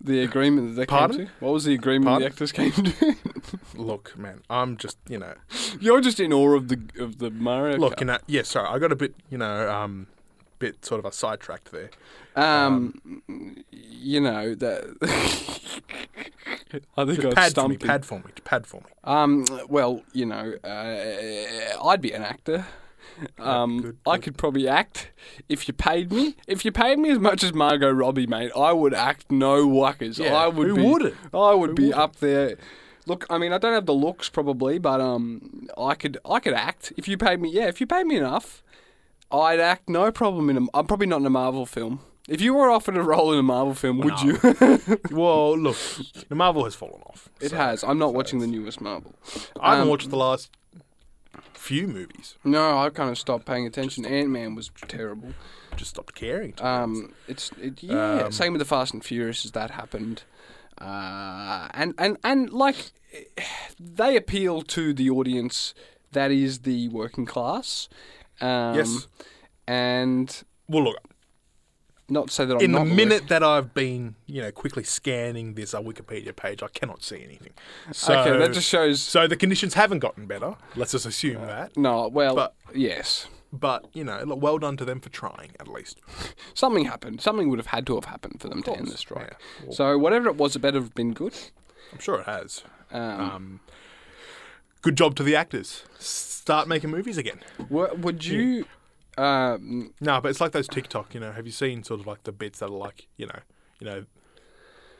Speaker 3: the agreement that they
Speaker 2: Pardon?
Speaker 3: came to? What was the agreement
Speaker 2: Pardon?
Speaker 3: the actors came to? *laughs*
Speaker 2: Look, man, I'm just you know,
Speaker 3: You're just in awe of the of the Mario.
Speaker 2: look, you
Speaker 3: Kart.
Speaker 2: know, yeah. Sorry, I got a bit you know, um, bit sort of a sidetracked there.
Speaker 3: um, you know that.
Speaker 2: *laughs*
Speaker 3: I think I
Speaker 2: pad
Speaker 3: *laughs*
Speaker 2: for me,
Speaker 3: stumped. him.
Speaker 2: pad for me, pad for me.
Speaker 3: Um, well, you know, uh, I'd be an actor. Um,
Speaker 2: good,
Speaker 3: I could probably act if you paid me. If you paid me as much as Margot Robbie, mate, I would act no whackers.
Speaker 2: Yeah,
Speaker 3: I would
Speaker 2: who
Speaker 3: be,
Speaker 2: wouldn't?
Speaker 3: I would be up there. Look, I mean, I don't have the looks probably, but um, I could I could act if you paid me. Yeah, if you paid me enough, I'd act no problem in a. I'm probably not in a Marvel film. If you were offered a role in a Marvel film, would
Speaker 2: No.
Speaker 3: you?
Speaker 2: Well, look, the Marvel has fallen off.
Speaker 3: it *laughs*
Speaker 2: so-
Speaker 3: has. I'm not watching the newest Marvel.
Speaker 2: I haven't
Speaker 3: Um,
Speaker 2: watched the last few movies.
Speaker 3: No, I kind of stopped paying attention. Ant Man was terrible.
Speaker 2: Just stopped caring. to be honest.
Speaker 3: Um, it's it, yeah.
Speaker 2: Um,
Speaker 3: same with the Fast and Furious as that happened, uh, and and and like *sighs* they appeal to the audience that is the working class. Um,
Speaker 2: Yes.
Speaker 3: and
Speaker 2: well, look,
Speaker 3: not to say that I'm
Speaker 2: in the
Speaker 3: not work-
Speaker 2: minute that I've been, you know, quickly scanning this uh, Wikipedia page, I cannot see anything. So,
Speaker 3: okay, that just shows.
Speaker 2: so the conditions haven't gotten better. Let's just assume that.
Speaker 3: No, well,
Speaker 2: but-
Speaker 3: yes,
Speaker 2: But you know, look, well done to them for trying at least.
Speaker 3: something happened. Something would have had to have happened for them to end
Speaker 2: course,
Speaker 3: the strike.
Speaker 2: yeah. Well-
Speaker 3: So whatever it was, it better have been good.
Speaker 2: I'm sure it has.
Speaker 3: Um,
Speaker 2: Um, good job to the actors. Start making movies again.
Speaker 3: wha- would you? Um,
Speaker 2: No, but it's like those TikTok. You know, have you seen sort of like the bits that are like you know, you know,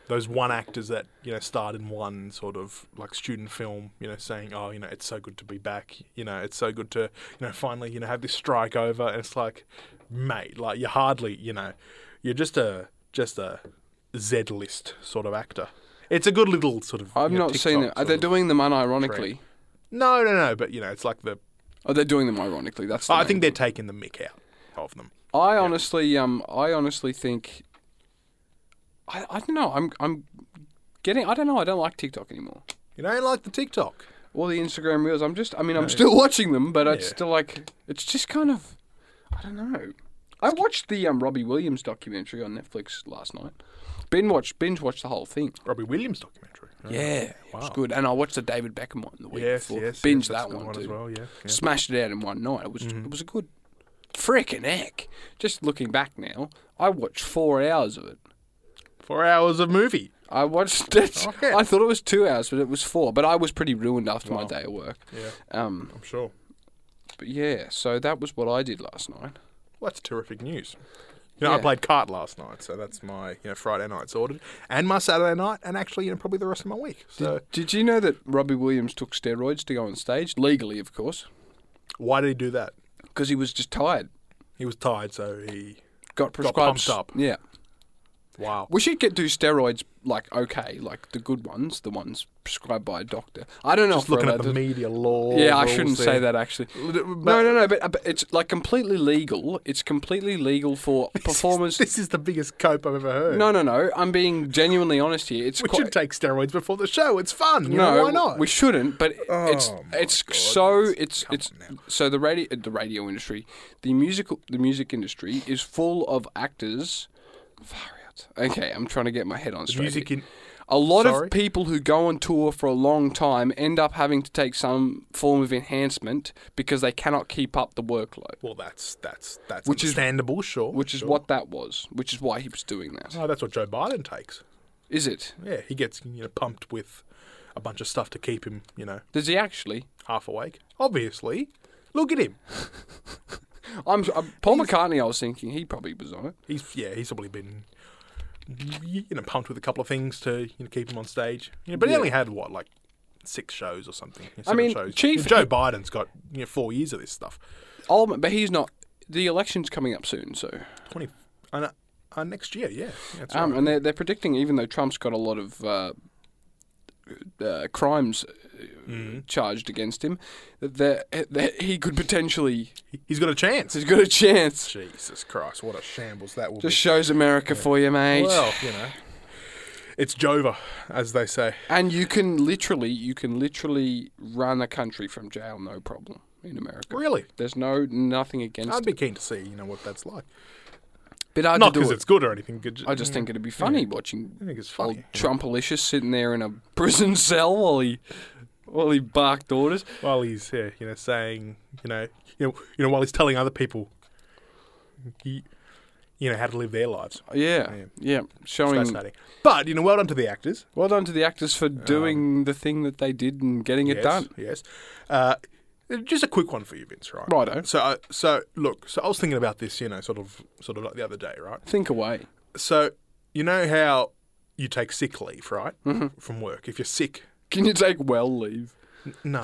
Speaker 2: those one actors that you know starred in one sort of like student film. You know, saying, oh, you know, it's so good to be back. You know, it's so good to you know finally you know have this strike over. And it's like, mate, like you're hardly you know, you're just a just a Z list sort of actor. It's a good little sort of.
Speaker 3: I've
Speaker 2: you know,
Speaker 3: not seen it.
Speaker 2: TikTok
Speaker 3: Are
Speaker 2: sort
Speaker 3: they
Speaker 2: of-
Speaker 3: doing them unironically?
Speaker 2: No, no, no. But you know, it's like the.
Speaker 3: Oh, they're doing them ironically. That's. The
Speaker 2: I
Speaker 3: main
Speaker 2: think they're
Speaker 3: thing.
Speaker 2: taking the mick out of them.
Speaker 3: I honestly, um, I honestly think. I, I don't know. I'm I'm getting. I don't know. I don't like TikTok anymore.
Speaker 2: You know, like the TikTok.
Speaker 3: All the Instagram reels. I'm just. I mean, I'm still watching them, but it's
Speaker 2: Yeah.
Speaker 3: still like it's just kind of. I don't know. I watched the um Robbie Williams documentary on Netflix last night. Binge watched binge watched the whole thing.
Speaker 2: Robbie Williams documentary.
Speaker 3: Yeah, it was good. And I watched the David Beckham one the week
Speaker 2: Yes,
Speaker 3: before.
Speaker 2: yes. yes,
Speaker 3: Binge
Speaker 2: that's
Speaker 3: that
Speaker 2: a good
Speaker 3: one, too.
Speaker 2: as well. Yeah. yeah. Mm-hmm.
Speaker 3: smashed it out in one night. It was it was a good frickin' heck. Just looking back now, I watched four hours of it.
Speaker 2: Four hours of movie.
Speaker 3: I watched *laughs* it.
Speaker 2: Okay.
Speaker 3: I thought it was two hours, but it was four. But I was pretty ruined after my day at work.
Speaker 2: Yeah,
Speaker 3: Um,
Speaker 2: I'm sure.
Speaker 3: but yeah, so that was what I did last night.
Speaker 2: Well, that's terrific news. You know, I
Speaker 3: Yeah.
Speaker 2: played kart last night, so that's my you know Friday night sorted, and my Saturday night, and actually you know probably the rest of my week. So
Speaker 3: Did you know that Robbie Williams took steroids to go on stage legally, of course,
Speaker 2: why did he do that?
Speaker 3: because he was just tired.
Speaker 2: He was tired, so he.
Speaker 3: Got prescribed.
Speaker 2: pumped
Speaker 3: s-
Speaker 2: up.
Speaker 3: Yeah.
Speaker 2: Wow.
Speaker 3: We should get do steroids like okay, like the good ones, the ones prescribed by a doctor. I don't know.
Speaker 2: Just
Speaker 3: if we're
Speaker 2: looking at
Speaker 3: allowed
Speaker 2: the
Speaker 3: to-
Speaker 2: media law.
Speaker 3: Yeah, I
Speaker 2: rules
Speaker 3: shouldn't
Speaker 2: there.
Speaker 3: say that actually.
Speaker 2: But-
Speaker 3: no, no, no. But, but it's like completely legal. It's completely legal for
Speaker 2: *laughs*
Speaker 3: performers.
Speaker 2: This is the biggest cope I've ever heard.
Speaker 3: No, no, no. I'm being genuinely honest here. It's
Speaker 2: we
Speaker 3: quite,
Speaker 2: should take steroids before the show. It's fun. You
Speaker 3: no,
Speaker 2: know, why not?
Speaker 3: We shouldn't. But it's
Speaker 2: Oh, my
Speaker 3: it's
Speaker 2: God.
Speaker 3: so
Speaker 2: It's-
Speaker 3: it's
Speaker 2: come
Speaker 3: it's
Speaker 2: on now.
Speaker 3: so the radio the radio industry, the musical the music industry is full of actors. Far out. Okay, I'm trying to get my head on straight.
Speaker 2: music
Speaker 3: here.
Speaker 2: in-
Speaker 3: a lot
Speaker 2: Sorry?
Speaker 3: of people who go on tour for a long time end up having to take some form of enhancement because they cannot keep up the workload.
Speaker 2: well, that's that's that's
Speaker 3: Which is-
Speaker 2: understandable. sure.
Speaker 3: Which is
Speaker 2: sure.
Speaker 3: what that was, which is why he was doing that.
Speaker 2: Oh, that's what Joe Biden takes.
Speaker 3: Is it?
Speaker 2: Yeah, he gets you know pumped with a bunch of stuff to keep him, you know,
Speaker 3: Does he actually?
Speaker 2: half awake. Obviously, look at him.
Speaker 3: I'm, I'm Paul McCartney. I was thinking he probably was on it.
Speaker 2: He's yeah, he's probably been you know pumped with a couple of things to you know, keep him on stage. You know, but he
Speaker 3: Yeah.
Speaker 2: only had what like six shows or something. you know,
Speaker 3: I
Speaker 2: seven
Speaker 3: mean,
Speaker 2: shows.
Speaker 3: Chief-
Speaker 2: Joe Biden's got you know four years of this stuff.
Speaker 3: All, but he's not. The election's coming up soon, so
Speaker 2: Twenty uh, uh, next year, yeah. yeah that's
Speaker 3: um,
Speaker 2: right.
Speaker 3: and they're they're predicting even though Trump's got a lot of uh, uh, crimes uh,
Speaker 2: Mm-hmm.
Speaker 3: charged against him, that, they're- that he could potentially
Speaker 2: He- He's got a chance.
Speaker 3: he's got a chance.
Speaker 2: Jesus Christ, what a shambles that will
Speaker 3: Just shows America for you,
Speaker 2: be.
Speaker 3: mate.
Speaker 2: Well, you know, it's Jova, as they say.
Speaker 3: And you can literally, you can literally run a country from jail, no problem in America.
Speaker 2: Really,
Speaker 3: There's no nothing against
Speaker 2: I'd
Speaker 3: it.
Speaker 2: be keen to see you know what that's like.
Speaker 3: But I'd
Speaker 2: Not
Speaker 3: do
Speaker 2: because
Speaker 3: it.
Speaker 2: it's good or anything. Good.
Speaker 3: I just think it'd be funny watching
Speaker 2: I think it's funny.
Speaker 3: old Trumpalicious sitting there in a *laughs* prison cell while he while he barked orders.
Speaker 2: while he's here, you know, saying, you know, you know, you know, while he's telling other people, you, you know, how to live their lives.
Speaker 3: Yeah,
Speaker 2: Yeah.
Speaker 3: yeah, showing.
Speaker 2: Fascinating. But you know, well done to the actors.
Speaker 3: Well done to the actors for doing the thing that they did and getting it
Speaker 2: Um, yes,
Speaker 3: done.
Speaker 2: Yes. Uh, just a quick one for you, Vince. Right.
Speaker 3: Righto.
Speaker 2: So, uh, so look. So I was thinking about this, you know, sort of, sort of like the other day, right?
Speaker 3: Think away.
Speaker 2: So you know how you take sick leave, right,
Speaker 3: Mm-hmm.
Speaker 2: from work if you're sick.
Speaker 3: Can you take well leave?
Speaker 2: N-
Speaker 3: *laughs*
Speaker 2: No.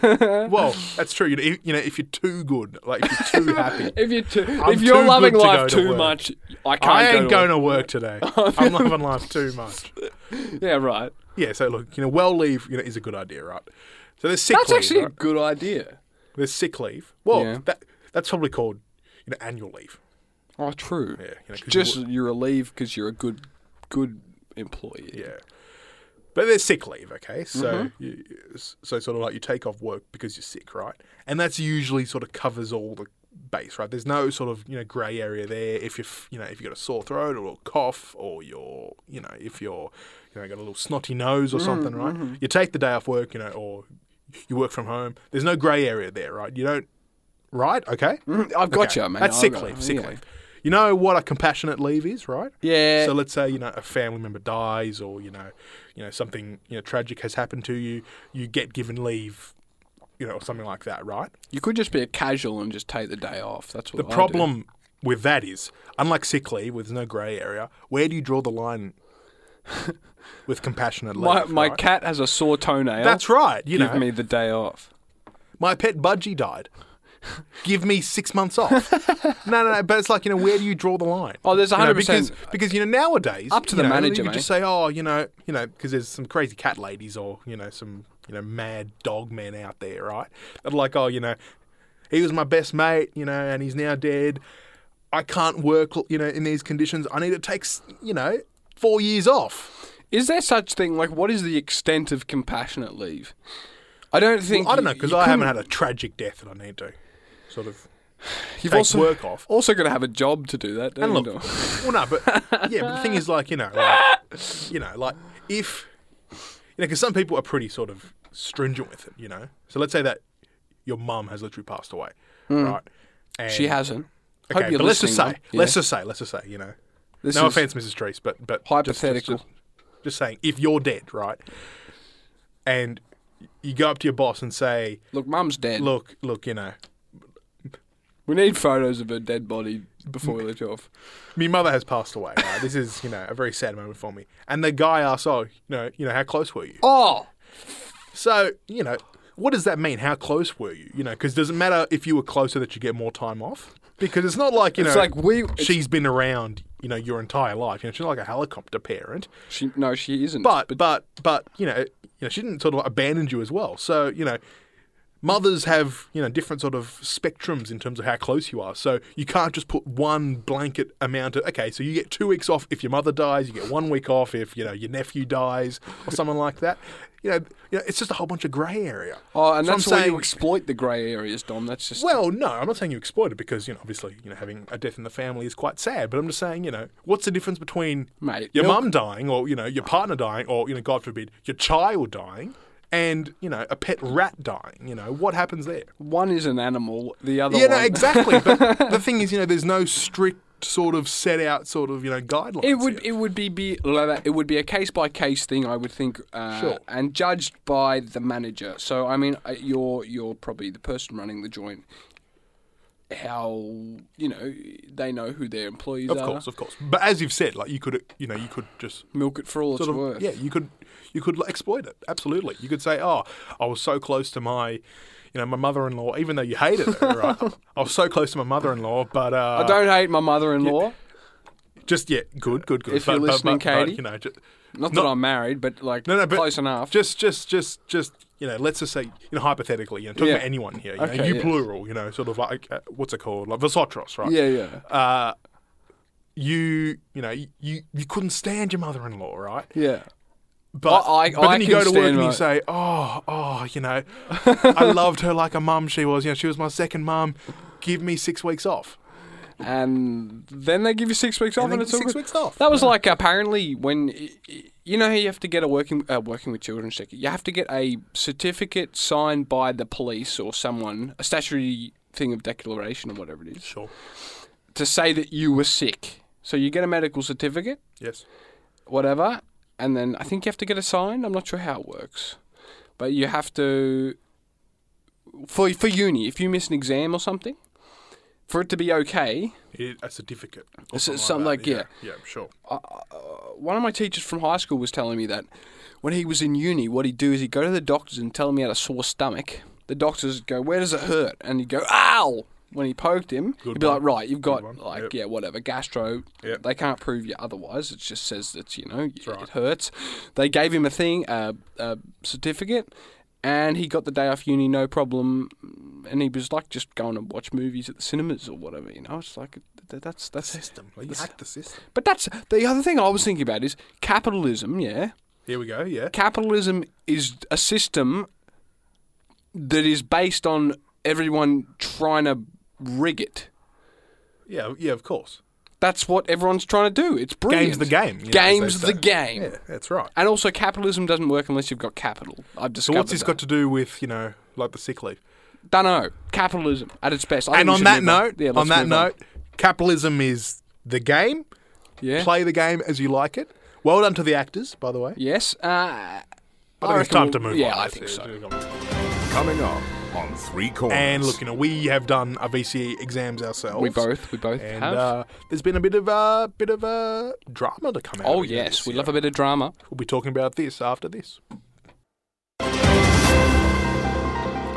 Speaker 2: Well, well, that's true. You know, if, you know, if you're too good, like if you're too happy.
Speaker 3: If you're too,
Speaker 2: I'm
Speaker 3: if you're
Speaker 2: too
Speaker 3: loving
Speaker 2: good to go
Speaker 3: life
Speaker 2: to
Speaker 3: too
Speaker 2: work.
Speaker 3: much, *laughs* I can't.
Speaker 2: I ain't
Speaker 3: go
Speaker 2: going
Speaker 3: to
Speaker 2: to work today.
Speaker 3: *laughs*
Speaker 2: I'm loving life too much.
Speaker 3: work. Yeah, right.
Speaker 2: Yeah, so look, you know, well leave you know is a good idea, right? So there's sick
Speaker 3: That's
Speaker 2: leave.
Speaker 3: actually a
Speaker 2: right?
Speaker 3: good idea.
Speaker 2: There's sick leave. Well,
Speaker 3: Yeah.
Speaker 2: that that's probably called you know annual leave.
Speaker 3: Oh, true.
Speaker 2: Yeah, you know, 'cause you
Speaker 3: Just
Speaker 2: would-
Speaker 3: you're relieved because you're a good, good employee.
Speaker 2: yeah. But there's sick leave, okay? So
Speaker 3: Mm-hmm.
Speaker 2: you, so sort of like you take off work because you're sick, right? And that's usually sort of covers all the base, right? There's no sort of you know grey area there. If you you know if you got a sore throat or a cough or you're you know if you're you know got a little snotty nose or
Speaker 3: Mm,
Speaker 2: something, right?
Speaker 3: mm-hmm.
Speaker 2: You take the day off work, you know, or you work from home. There's no grey area there, right? You don't, right? Okay.
Speaker 3: Mm, I've got
Speaker 2: Okay,
Speaker 3: you, man.
Speaker 2: That's
Speaker 3: I've
Speaker 2: sick
Speaker 3: got-
Speaker 2: leave. Sick
Speaker 3: yeah.
Speaker 2: leave. You know what a compassionate leave is, right?
Speaker 3: Yeah.
Speaker 2: So let's say you know a family member dies, or you know, you know something you know tragic has happened to you. You get given leave, you know, or something like that, right?
Speaker 3: You could just be a casual and just take the day off. That's what
Speaker 2: The
Speaker 3: I do.
Speaker 2: problem with that is, unlike sick leave, where there's no grey area, where do you draw the line with compassionate leave?
Speaker 3: My, my
Speaker 2: right?
Speaker 3: cat has a sore toenail.
Speaker 2: That's right. You
Speaker 3: Give
Speaker 2: know,
Speaker 3: me the day off.
Speaker 2: my pet budgie died. Give me six months
Speaker 3: *laughs*
Speaker 2: off. no, no, no. But it's like you know, where do you draw the line?
Speaker 3: Oh, there's
Speaker 2: You know,
Speaker 3: 100%.
Speaker 2: because because you know nowadays
Speaker 3: Up to
Speaker 2: you
Speaker 3: the
Speaker 2: know,
Speaker 3: manager,
Speaker 2: You could just say, oh, you know, you know, because there's some crazy cat ladies or you know some you know mad dog men out there, right? That are like, oh, you know, he was my best mate, you know, and he's now dead. I can't work, you know, in these conditions. I need to take, s- you know, four years off.
Speaker 3: Is there such thing? Like, what is the extent of compassionate leave? I don't think.
Speaker 2: I don't
Speaker 3: you-
Speaker 2: know because
Speaker 3: you
Speaker 2: I haven't
Speaker 3: couldn't-
Speaker 2: had a tragic death that I need to sort of
Speaker 3: You've
Speaker 2: take
Speaker 3: also,
Speaker 2: work off.
Speaker 3: Also, going to have a job to do that. Don't
Speaker 2: And
Speaker 3: you,
Speaker 2: look,
Speaker 3: Dom?
Speaker 2: *laughs* well, no, but yeah, but the thing is, like, you know, like, you know, like if you know, because some people are pretty sort of stringent with it, you know. So let's say that your mum has literally passed away, right? And,
Speaker 3: Hmm. she hasn't. Hope
Speaker 2: Okay,
Speaker 3: you're
Speaker 2: but let's just say,
Speaker 3: listening, Dom.
Speaker 2: let's
Speaker 3: Yeah.
Speaker 2: just say, let's just say, you know,
Speaker 3: This
Speaker 2: no
Speaker 3: is
Speaker 2: offense, Mrs. Treese, but but just-
Speaker 3: Hypothetical.
Speaker 2: Just, just, just saying, if you're dead, right, and you go up to your boss and say,
Speaker 3: Look, Mum's dead.
Speaker 2: look, look, you know,
Speaker 3: We need photos of her dead body before we let you off.
Speaker 2: my mother has passed away. Right? This is, you know, a very sad moment for me. And the guy asks, "Oh, you know, you know, how close were you?"
Speaker 3: Oh,
Speaker 2: So, you know, what does that mean? How close were you? You know, because does it matter if you were closer that you get more time off? Because it's not like you
Speaker 3: it's
Speaker 2: know,
Speaker 3: like we. it's-
Speaker 2: she's been around, you know, your entire life. You know, she's not like a helicopter parent,
Speaker 3: she, no, she isn't.
Speaker 2: but but but you know, you know, she didn't sort of abandon you as well. So you know. Mothers have, you know, different sort of spectrums in terms of how close you are. So you can't just put one blanket amount of okay. So you get two weeks off if your mother dies. You get one week off if you know your nephew dies or someone like that. You know, you know it's just a whole bunch of grey area.
Speaker 3: oh, and
Speaker 2: So I'm
Speaker 3: that's why
Speaker 2: saying-
Speaker 3: you exploit the grey areas, Dom. That's just
Speaker 2: well, no, I'm not saying you exploit it because you know obviously you know having a death in the family is quite sad. But I'm just saying you know what's the difference between
Speaker 3: Mate,
Speaker 2: your
Speaker 3: milk-
Speaker 2: mum dying or you know your partner dying or you know God forbid your child dying and you know a pet rat dying. You know what happens there?
Speaker 3: one is an animal, the other
Speaker 2: yeah,
Speaker 3: one.
Speaker 2: no, exactly.
Speaker 3: *laughs*
Speaker 2: but the thing is, you know, there's no strict sort of set out sort of you know guidelines.
Speaker 3: It would
Speaker 2: here.
Speaker 3: it would be, be it would be a case by case thing I would think uh,
Speaker 2: Sure.
Speaker 3: and judged by the manager. So I mean uh, you're you're probably the person running the joint how you know they know who their employees
Speaker 2: Of
Speaker 3: are.
Speaker 2: course, of course. But as you've said, like you could, you know, you could just
Speaker 3: Milk it for all
Speaker 2: sort
Speaker 3: it's
Speaker 2: of,
Speaker 3: worth.
Speaker 2: yeah, you could, you could exploit it. Absolutely, you could say, "Oh, I was so close to my, you know, my mother-in-law." Even though you hated her, right?
Speaker 3: *laughs*
Speaker 2: I was so close to my mother-in-law, but uh,
Speaker 3: I don't hate my mother-in-law.
Speaker 2: just yet. Good, good, good.
Speaker 3: If you're listening, Katie.
Speaker 2: you know, just,
Speaker 3: Not that
Speaker 2: Not-
Speaker 3: I'm married, but like
Speaker 2: No, no, but
Speaker 3: close enough.
Speaker 2: just, just, just, just, you know, let's just say, you know, hypothetically, you know, talking
Speaker 3: Yeah.
Speaker 2: about anyone here, you, know,
Speaker 3: Okay,
Speaker 2: you
Speaker 3: yes.
Speaker 2: plural, you know, sort of like uh, what's it called, like Vesotros, right?
Speaker 3: yeah, yeah,
Speaker 2: Uh, you, you know, you you couldn't stand your mother-in-law, right?
Speaker 3: yeah.
Speaker 2: But
Speaker 3: I- I-
Speaker 2: but
Speaker 3: I
Speaker 2: then you
Speaker 3: can
Speaker 2: go to work
Speaker 3: stand
Speaker 2: and you
Speaker 3: my-
Speaker 2: say, oh, oh, you know, *laughs* I loved her like a mum. She was, you know, she was my second mum. Give me six weeks off.
Speaker 3: And then they give you six weeks off,
Speaker 2: And
Speaker 3: and,
Speaker 2: then
Speaker 3: it's all
Speaker 2: six
Speaker 3: good.
Speaker 2: weeks off.
Speaker 3: That was like apparently when y- y- you know how you have to get a working uh, working with children certificate. You have to get a certificate signed by the police or someone, a statutory thing of declaration or whatever it is,
Speaker 2: Sure.
Speaker 3: to say that you were sick. So you get a medical certificate,
Speaker 2: Yes.
Speaker 3: whatever, and then I think you have to get a sign. I'm not sure how it works, but you have to for for uni if you miss an exam or something, for it to be okay.
Speaker 2: It, a certificate. or
Speaker 3: S-
Speaker 2: that.
Speaker 3: something like- yeah.
Speaker 2: Yeah, sure.
Speaker 3: one of my teachers from high school was telling me that when he was in uni, what he'd do is he'd go to the doctors and tell him he had a sore stomach. The doctors would go, "Where does it hurt?" And he'd go, "Ow!" When he poked him,
Speaker 2: Good
Speaker 3: he'd be
Speaker 2: one.
Speaker 3: like, "Right, you've got
Speaker 2: one.
Speaker 3: like
Speaker 2: Yep.
Speaker 3: yeah, whatever, gastro.
Speaker 2: Yep.
Speaker 3: They can't prove you otherwise. It just says that you know it
Speaker 2: right.
Speaker 3: hurts." They gave him a thing, a, a certificate, and he got the day off uni, no problem. And he was like just going to watch movies at the cinemas or whatever. You know, it's like th- that's that's
Speaker 2: System. Like, you hacked the system.
Speaker 3: but that's the other thing I was thinking about is capitalism, yeah.
Speaker 2: Here we go. Yeah.
Speaker 3: Capitalism is a system that is based on everyone trying to rig it.
Speaker 2: Yeah. Yeah. Of course.
Speaker 3: That's what everyone's trying to do. It's brilliant.
Speaker 2: Game's the game. you know, as they
Speaker 3: Game's
Speaker 2: say.
Speaker 3: the game.
Speaker 2: Yeah, that's right.
Speaker 3: And also, capitalism doesn't work unless you've got capital. I've
Speaker 2: So
Speaker 3: discovered.
Speaker 2: what's this got to do with you know like the sick leave?
Speaker 3: Dunno. Capitalism at its best. I think
Speaker 2: and
Speaker 3: we
Speaker 2: on
Speaker 3: should
Speaker 2: that
Speaker 3: move
Speaker 2: note,
Speaker 3: yeah,
Speaker 2: on
Speaker 3: let's
Speaker 2: that
Speaker 3: move
Speaker 2: note, capitalism is the game.
Speaker 3: yeah.
Speaker 2: Play the game as you like it. Well done to the actors, by the way.
Speaker 3: yes. Uh,
Speaker 2: I
Speaker 3: I
Speaker 2: think it's
Speaker 3: reckon
Speaker 2: time to
Speaker 3: we'll-
Speaker 2: move
Speaker 3: yeah,
Speaker 2: on.
Speaker 3: I
Speaker 2: It's-
Speaker 3: think
Speaker 2: it's-
Speaker 1: Coming up on Three Corners.
Speaker 2: And look, you know, we have done our VCE exams ourselves.
Speaker 3: we both, we both
Speaker 2: And
Speaker 3: have.
Speaker 2: uh, there's been a bit of uh, bit of uh, drama to come out.
Speaker 3: oh
Speaker 2: of it
Speaker 3: yes,
Speaker 2: this
Speaker 3: we
Speaker 2: year.
Speaker 3: love a bit of drama.
Speaker 2: We'll be talking about this after this.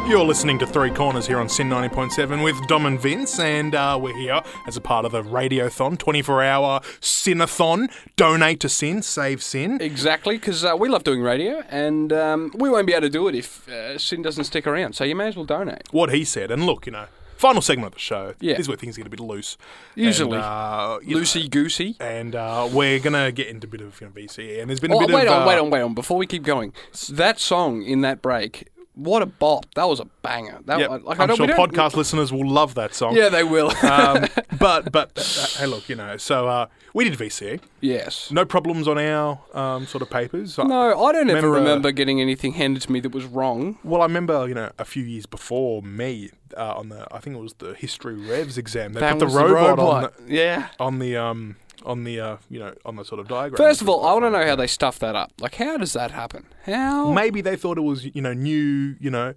Speaker 2: You're listening to Three Corners here on Sin 90.7 with Dom and Vince, and uh, we're here as a part of the Radiothon 24 hour Sinathon. Donate to Sin, save Sin.
Speaker 3: E- Exactly, because uh, we love doing radio, and um, we won't be able to do it if uh, Sin doesn't stick around. So you may as well donate.
Speaker 2: What he said, and look, you know, final segment of the show.
Speaker 3: Yeah.
Speaker 2: This is where things get a bit loose.
Speaker 3: Usually.
Speaker 2: And, uh, you know,
Speaker 3: Loosey goosey.
Speaker 2: and uh, we're going to get into a bit of you know, VCE, and there's been a
Speaker 3: Oh,
Speaker 2: bit
Speaker 3: wait
Speaker 2: of.
Speaker 3: on,
Speaker 2: uh,
Speaker 3: wait on, wait on. Before we keep going, that song in that break, what a bop! That was a banger. That
Speaker 2: Yep,
Speaker 3: like, I
Speaker 2: I'm
Speaker 3: don't,
Speaker 2: sure
Speaker 3: we don't-
Speaker 2: podcast listeners will love that song.
Speaker 3: Yeah,
Speaker 2: *laughs*
Speaker 3: they will. *laughs*
Speaker 2: um, but but uh, hey, look, you know, so uh, we did VCA.
Speaker 3: yes.
Speaker 2: No problems on our um, sort of papers. I-
Speaker 3: No, I don't ever
Speaker 2: Remember- uh,
Speaker 3: remember getting anything handed to me that was wrong.
Speaker 2: Well, I remember, you know, a few years before me uh, on the, I think it was the history revs exam. They
Speaker 3: That
Speaker 2: put the
Speaker 3: was
Speaker 2: robot, on
Speaker 3: Yeah.
Speaker 2: the on the um on the uh, you know on the sort of diagram.
Speaker 3: First of all, I want to know how they stuffed that up. Like, how does that happen? How?
Speaker 2: Maybe they thought it was you know new you know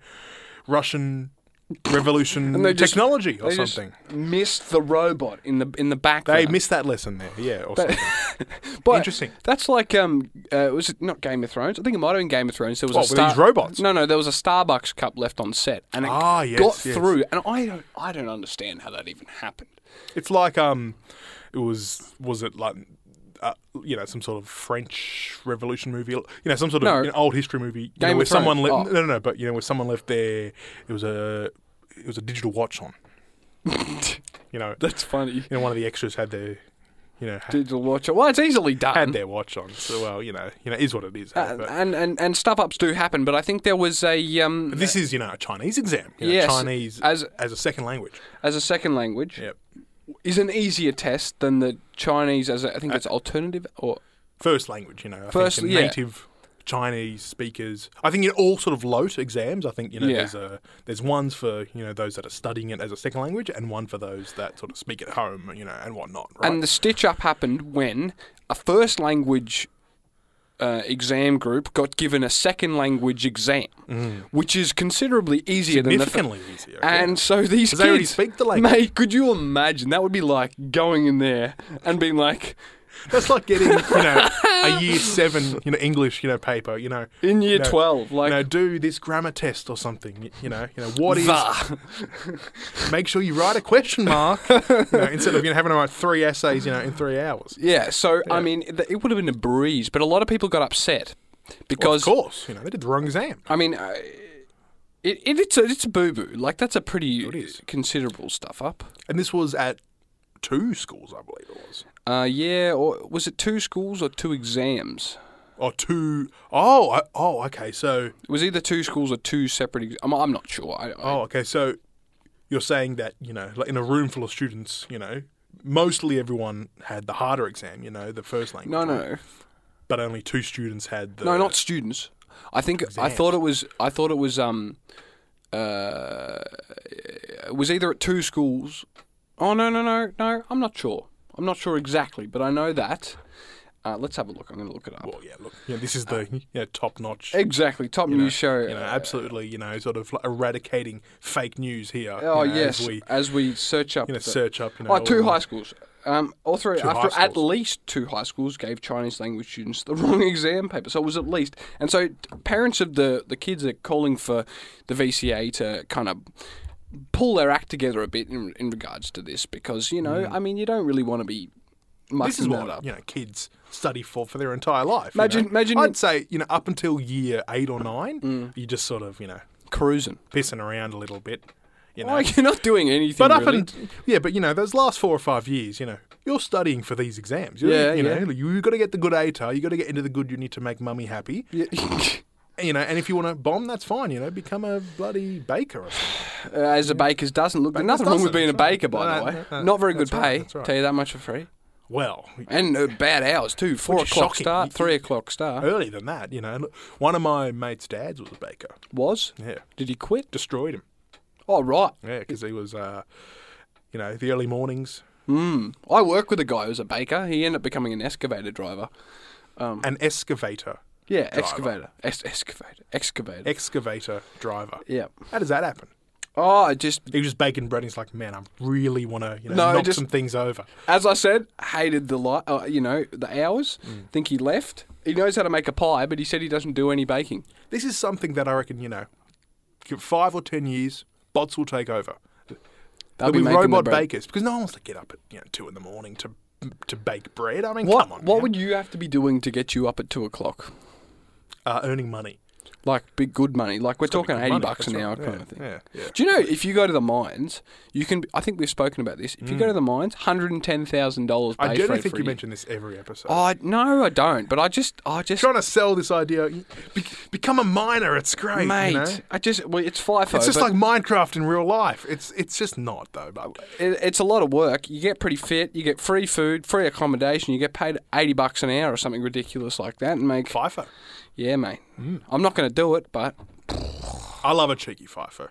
Speaker 2: Russian revolution
Speaker 3: *laughs* And they just-
Speaker 2: technology or
Speaker 3: they just
Speaker 2: something.
Speaker 3: missed the robot in the in the back.
Speaker 2: They
Speaker 3: there.
Speaker 2: missed that lesson there, yeah, or something.
Speaker 3: But
Speaker 2: Interesting.
Speaker 3: That's like um, uh, was it not Game of Thrones? I think it might have been Game of Thrones. There was
Speaker 2: What,
Speaker 3: a
Speaker 2: with
Speaker 3: Star-
Speaker 2: these robots?
Speaker 3: No, no, there was a Starbucks cup left on set, and it
Speaker 2: Ah, yes,
Speaker 3: got
Speaker 2: yes.
Speaker 3: through. And I don't, I don't understand how that even happened.
Speaker 2: It's like um, it was was it like. Uh, you know, some sort of French Revolution movie. You know, some sort of
Speaker 3: No.
Speaker 2: you know, old history movie. You know,
Speaker 3: Game of
Speaker 2: where someone
Speaker 3: Thrones.
Speaker 2: left.
Speaker 3: Oh.
Speaker 2: No, no, no. But you know, where someone left their it was a it was a digital watch
Speaker 3: *laughs*
Speaker 2: on. you know, you
Speaker 3: That's funny.
Speaker 2: know, one of the extras had their you know had,
Speaker 3: *laughs* Digital watch. Well, it's easily
Speaker 2: had
Speaker 3: done.
Speaker 2: their watch on. So well, you know, you know, it is what it is. eh,
Speaker 3: um, Uh,
Speaker 2: but
Speaker 3: and, and and stuff ups do happen, but I think there was a um
Speaker 2: this is you know a Chinese exam. You know,
Speaker 3: Yes,
Speaker 2: Chinese
Speaker 3: as-
Speaker 2: as a second language.
Speaker 3: as a second language
Speaker 2: Yep.
Speaker 3: is an easier test than the Chinese as a, I think
Speaker 2: Uh,
Speaker 3: it's alternative or
Speaker 2: first language, you know. I
Speaker 3: First-
Speaker 2: think the
Speaker 3: yeah.
Speaker 2: native Chinese speakers. I think in all sort of LOT exams, I think you know
Speaker 3: Yeah.
Speaker 2: there's a there's ones for you know those that are studying it as a second language, and one for those that sort of speak at home, you know, and whatnot. Right?
Speaker 3: And the stitch up happened when a first language uh, exam group got given a second language exam, which is considerably easier than the. fir-
Speaker 2: Significantly easier. Mm. yeah.
Speaker 3: and so these kids,
Speaker 2: they already speak the language.
Speaker 3: mate, could you imagine? That would be like going in there and being like,
Speaker 2: *laughs* That's like getting, you know,
Speaker 3: *laughs*
Speaker 2: a year seven, you know, English, you know, paper, you know.
Speaker 3: in year
Speaker 2: you know,
Speaker 3: twelve,
Speaker 2: You
Speaker 3: like
Speaker 2: know, do this grammar test or something. y- You know, you know what is?
Speaker 3: "Tha."
Speaker 2: Make sure you write a question mark you know, instead of you know, having to write three essays, you know, in three hours.
Speaker 3: *laughs* Yeah, so I mean, th- it would have been a breeze, but a lot of people got upset
Speaker 2: Of
Speaker 3: because
Speaker 2: course, you know, they did the wrong exam.
Speaker 3: I mean, uh, it, it, it's a it's a boo boo. Like that's a pretty considerable stuff up.
Speaker 2: And this was at two schools, I believe it was.
Speaker 3: Uh, yeah, or was it two schools or two exams?
Speaker 2: Or two oh I, oh, okay. So,
Speaker 3: It was either two schools or two separate. Ex- I'm, I'm not sure. I, I,
Speaker 2: oh, okay. So, you're saying that you know, like in a room full of students, you know, mostly everyone had the harder exam, you know, the first language.
Speaker 3: no,
Speaker 2: one,
Speaker 3: no,
Speaker 2: But only two students had the.
Speaker 3: no, not students. I think I thought it was. I thought it was. Um, uh, it was either at two schools. Oh no, no, no, no. I'm not sure. I'm not sure exactly, but I know that. Uh, let's have a look. I'm going to look it up.
Speaker 2: Well, yeah. Look, yeah, this is
Speaker 3: Uh,
Speaker 2: the you know, top notch.
Speaker 3: eh, Exactly, top news show.
Speaker 2: You know, absolutely. You know, sort of like eradicating fake news here.
Speaker 3: Oh
Speaker 2: you know,
Speaker 3: yes,
Speaker 2: As
Speaker 3: as
Speaker 2: we
Speaker 3: we, search up
Speaker 2: you know,
Speaker 3: the-
Speaker 2: search up. You know,
Speaker 3: Oh, two
Speaker 2: all the-
Speaker 3: high schools. Um, all three,
Speaker 2: Two
Speaker 3: after
Speaker 2: high
Speaker 3: at
Speaker 2: schools.
Speaker 3: least two high schools gave Chinese language students the *laughs* wrong exam paper. So it was at least, and so t- parents of the the kids are calling for the VCA to kind of pull their act together a bit in, in regards to this because you know, I mean, you don't really want to be
Speaker 2: Mm.
Speaker 3: mucking
Speaker 2: This is
Speaker 3: that
Speaker 2: what
Speaker 3: up.
Speaker 2: you know kids study for for their entire life. you
Speaker 3: Imagine-
Speaker 2: know.
Speaker 3: imagine- Mm.
Speaker 2: I'd say you know up until year eight or nine, you just sort of you know
Speaker 3: Cruising,
Speaker 2: pissing around a little bit. You know,
Speaker 3: like you're not doing anything.
Speaker 2: but up
Speaker 3: really.
Speaker 2: and yeah, but you know those last four or five years, you know, you're studying for these exams. You're,
Speaker 3: Yeah,
Speaker 2: you know,
Speaker 3: yeah.
Speaker 2: you have got to get the good ATAR. You got to get into the good uni to make mummy happy.
Speaker 3: Yeah.
Speaker 2: You know, and if you want to bomb, that's fine. You know, become a bloody baker. Or something.
Speaker 3: *laughs* as a baker's doesn't look. nothing wrong with
Speaker 2: dozen,
Speaker 3: being a
Speaker 2: that's right.
Speaker 3: baker, by
Speaker 2: No,
Speaker 3: the way.
Speaker 2: no, no,
Speaker 3: not very good
Speaker 2: that's right,
Speaker 3: pay.
Speaker 2: that's right.
Speaker 3: Tell you that much for free.
Speaker 2: Well,
Speaker 3: And uh, bad hours too. Four
Speaker 2: Which is
Speaker 3: o'clock
Speaker 2: shocking.
Speaker 3: start,
Speaker 2: You-
Speaker 3: three o'clock start.
Speaker 2: earlier than that, you know, look, one of my mate's dads was a baker.
Speaker 3: Was
Speaker 2: Yeah,
Speaker 3: did he quit?
Speaker 2: destroyed him.
Speaker 3: Oh right.
Speaker 2: Yeah, because he was, uh, you know, the early mornings.
Speaker 3: Mm. I work with a guy who's a baker. He ended up becoming an excavator driver. Um.
Speaker 2: An excavator,
Speaker 3: Yeah, excavator, es- excavator, excavator.
Speaker 2: excavator driver.
Speaker 3: yeah.
Speaker 2: How does that happen?
Speaker 3: Oh, I just
Speaker 2: He was just baking bread. and He's like, man, I really want to, you know,
Speaker 3: No,
Speaker 2: knock
Speaker 3: just-
Speaker 2: some things over.
Speaker 3: as I said, hated the light. Uh, you know, the hours.
Speaker 2: Mm.
Speaker 3: Think he left. He knows how to make a pie, but he said he doesn't do any baking.
Speaker 2: This is something that I reckon, you know, give five or ten years, bots will take over.
Speaker 3: They'll
Speaker 2: There'll be,
Speaker 3: making the
Speaker 2: robot
Speaker 3: bread.
Speaker 2: bakers because no one wants to get up at you know two in the morning to to bake bread. I mean,
Speaker 3: What,
Speaker 2: come on,
Speaker 3: what
Speaker 2: man.
Speaker 3: would you have to be doing to get you up at two o'clock?
Speaker 2: uh, earning money?
Speaker 3: Like big good money. Like we're talking
Speaker 2: good
Speaker 3: eighty
Speaker 2: money,
Speaker 3: bucks an
Speaker 2: that's right,
Speaker 3: hour kind
Speaker 2: yeah,
Speaker 3: of thing.
Speaker 2: yeah, yeah.
Speaker 3: Do you know if you go to the mines, you can. I think we've spoken about this. If you go to the mines, hundred and ten thousand dollars.
Speaker 2: Mm. I
Speaker 3: do
Speaker 2: generally think you mention this every episode.
Speaker 3: Oh I- no, I don't. But I just, I just,
Speaker 2: Trying to sell this idea, be- become a miner. It's great,
Speaker 3: mate.
Speaker 2: You know?
Speaker 3: I just, well, it's FIFO.
Speaker 2: It's just like
Speaker 3: but
Speaker 2: Minecraft in real life. It's it's just not though. But
Speaker 3: it, it's a lot of work. You get pretty fit. You get free food, free accommodation. You get paid eighty bucks an hour or something ridiculous like that, and make.
Speaker 2: FIFO,
Speaker 3: Yeah, mate.
Speaker 2: Mm.
Speaker 3: I'm not going to do it, but
Speaker 2: I love a cheeky FIFO.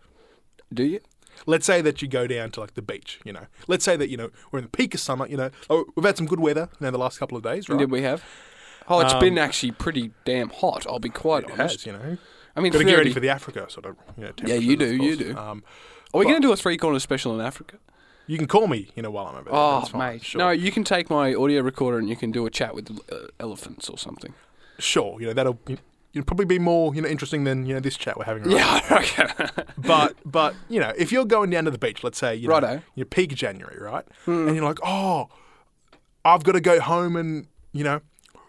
Speaker 3: do you?
Speaker 2: Let's say that you go down to like the beach, you know. Let's say that you know we're in the peak of summer, you know. Oh, we've had some good weather, you know, the last couple of days, right? Um,
Speaker 3: Did we have? Oh, it's been actually pretty damn hot. I'll be quite
Speaker 2: It has,
Speaker 3: honest.
Speaker 2: you know.
Speaker 3: I mean,
Speaker 2: Got to get
Speaker 3: 30
Speaker 2: ready for the Africa sort of. You know,
Speaker 3: Yeah,
Speaker 2: temperatures,
Speaker 3: you do,
Speaker 2: of
Speaker 3: you
Speaker 2: course.
Speaker 3: do.
Speaker 2: Um,
Speaker 3: Are we going to do a three corner special in Africa?
Speaker 2: you can call me, you know, while I'm over there.
Speaker 3: Oh,
Speaker 2: That's fine.
Speaker 3: mate.
Speaker 2: Sure.
Speaker 3: No, you can take my audio recorder and you can do a chat with uh, elephants or something.
Speaker 2: sure. You know that'll you will probably be more you know interesting than you know this chat we're having. Right now.
Speaker 3: Yeah, *laughs* I reckon.
Speaker 2: But but you know, if you're going down to the beach, let's say you know,
Speaker 3: Righto. Hmm.
Speaker 2: you're peak January, right? And you're like, oh, I've got to go home and you know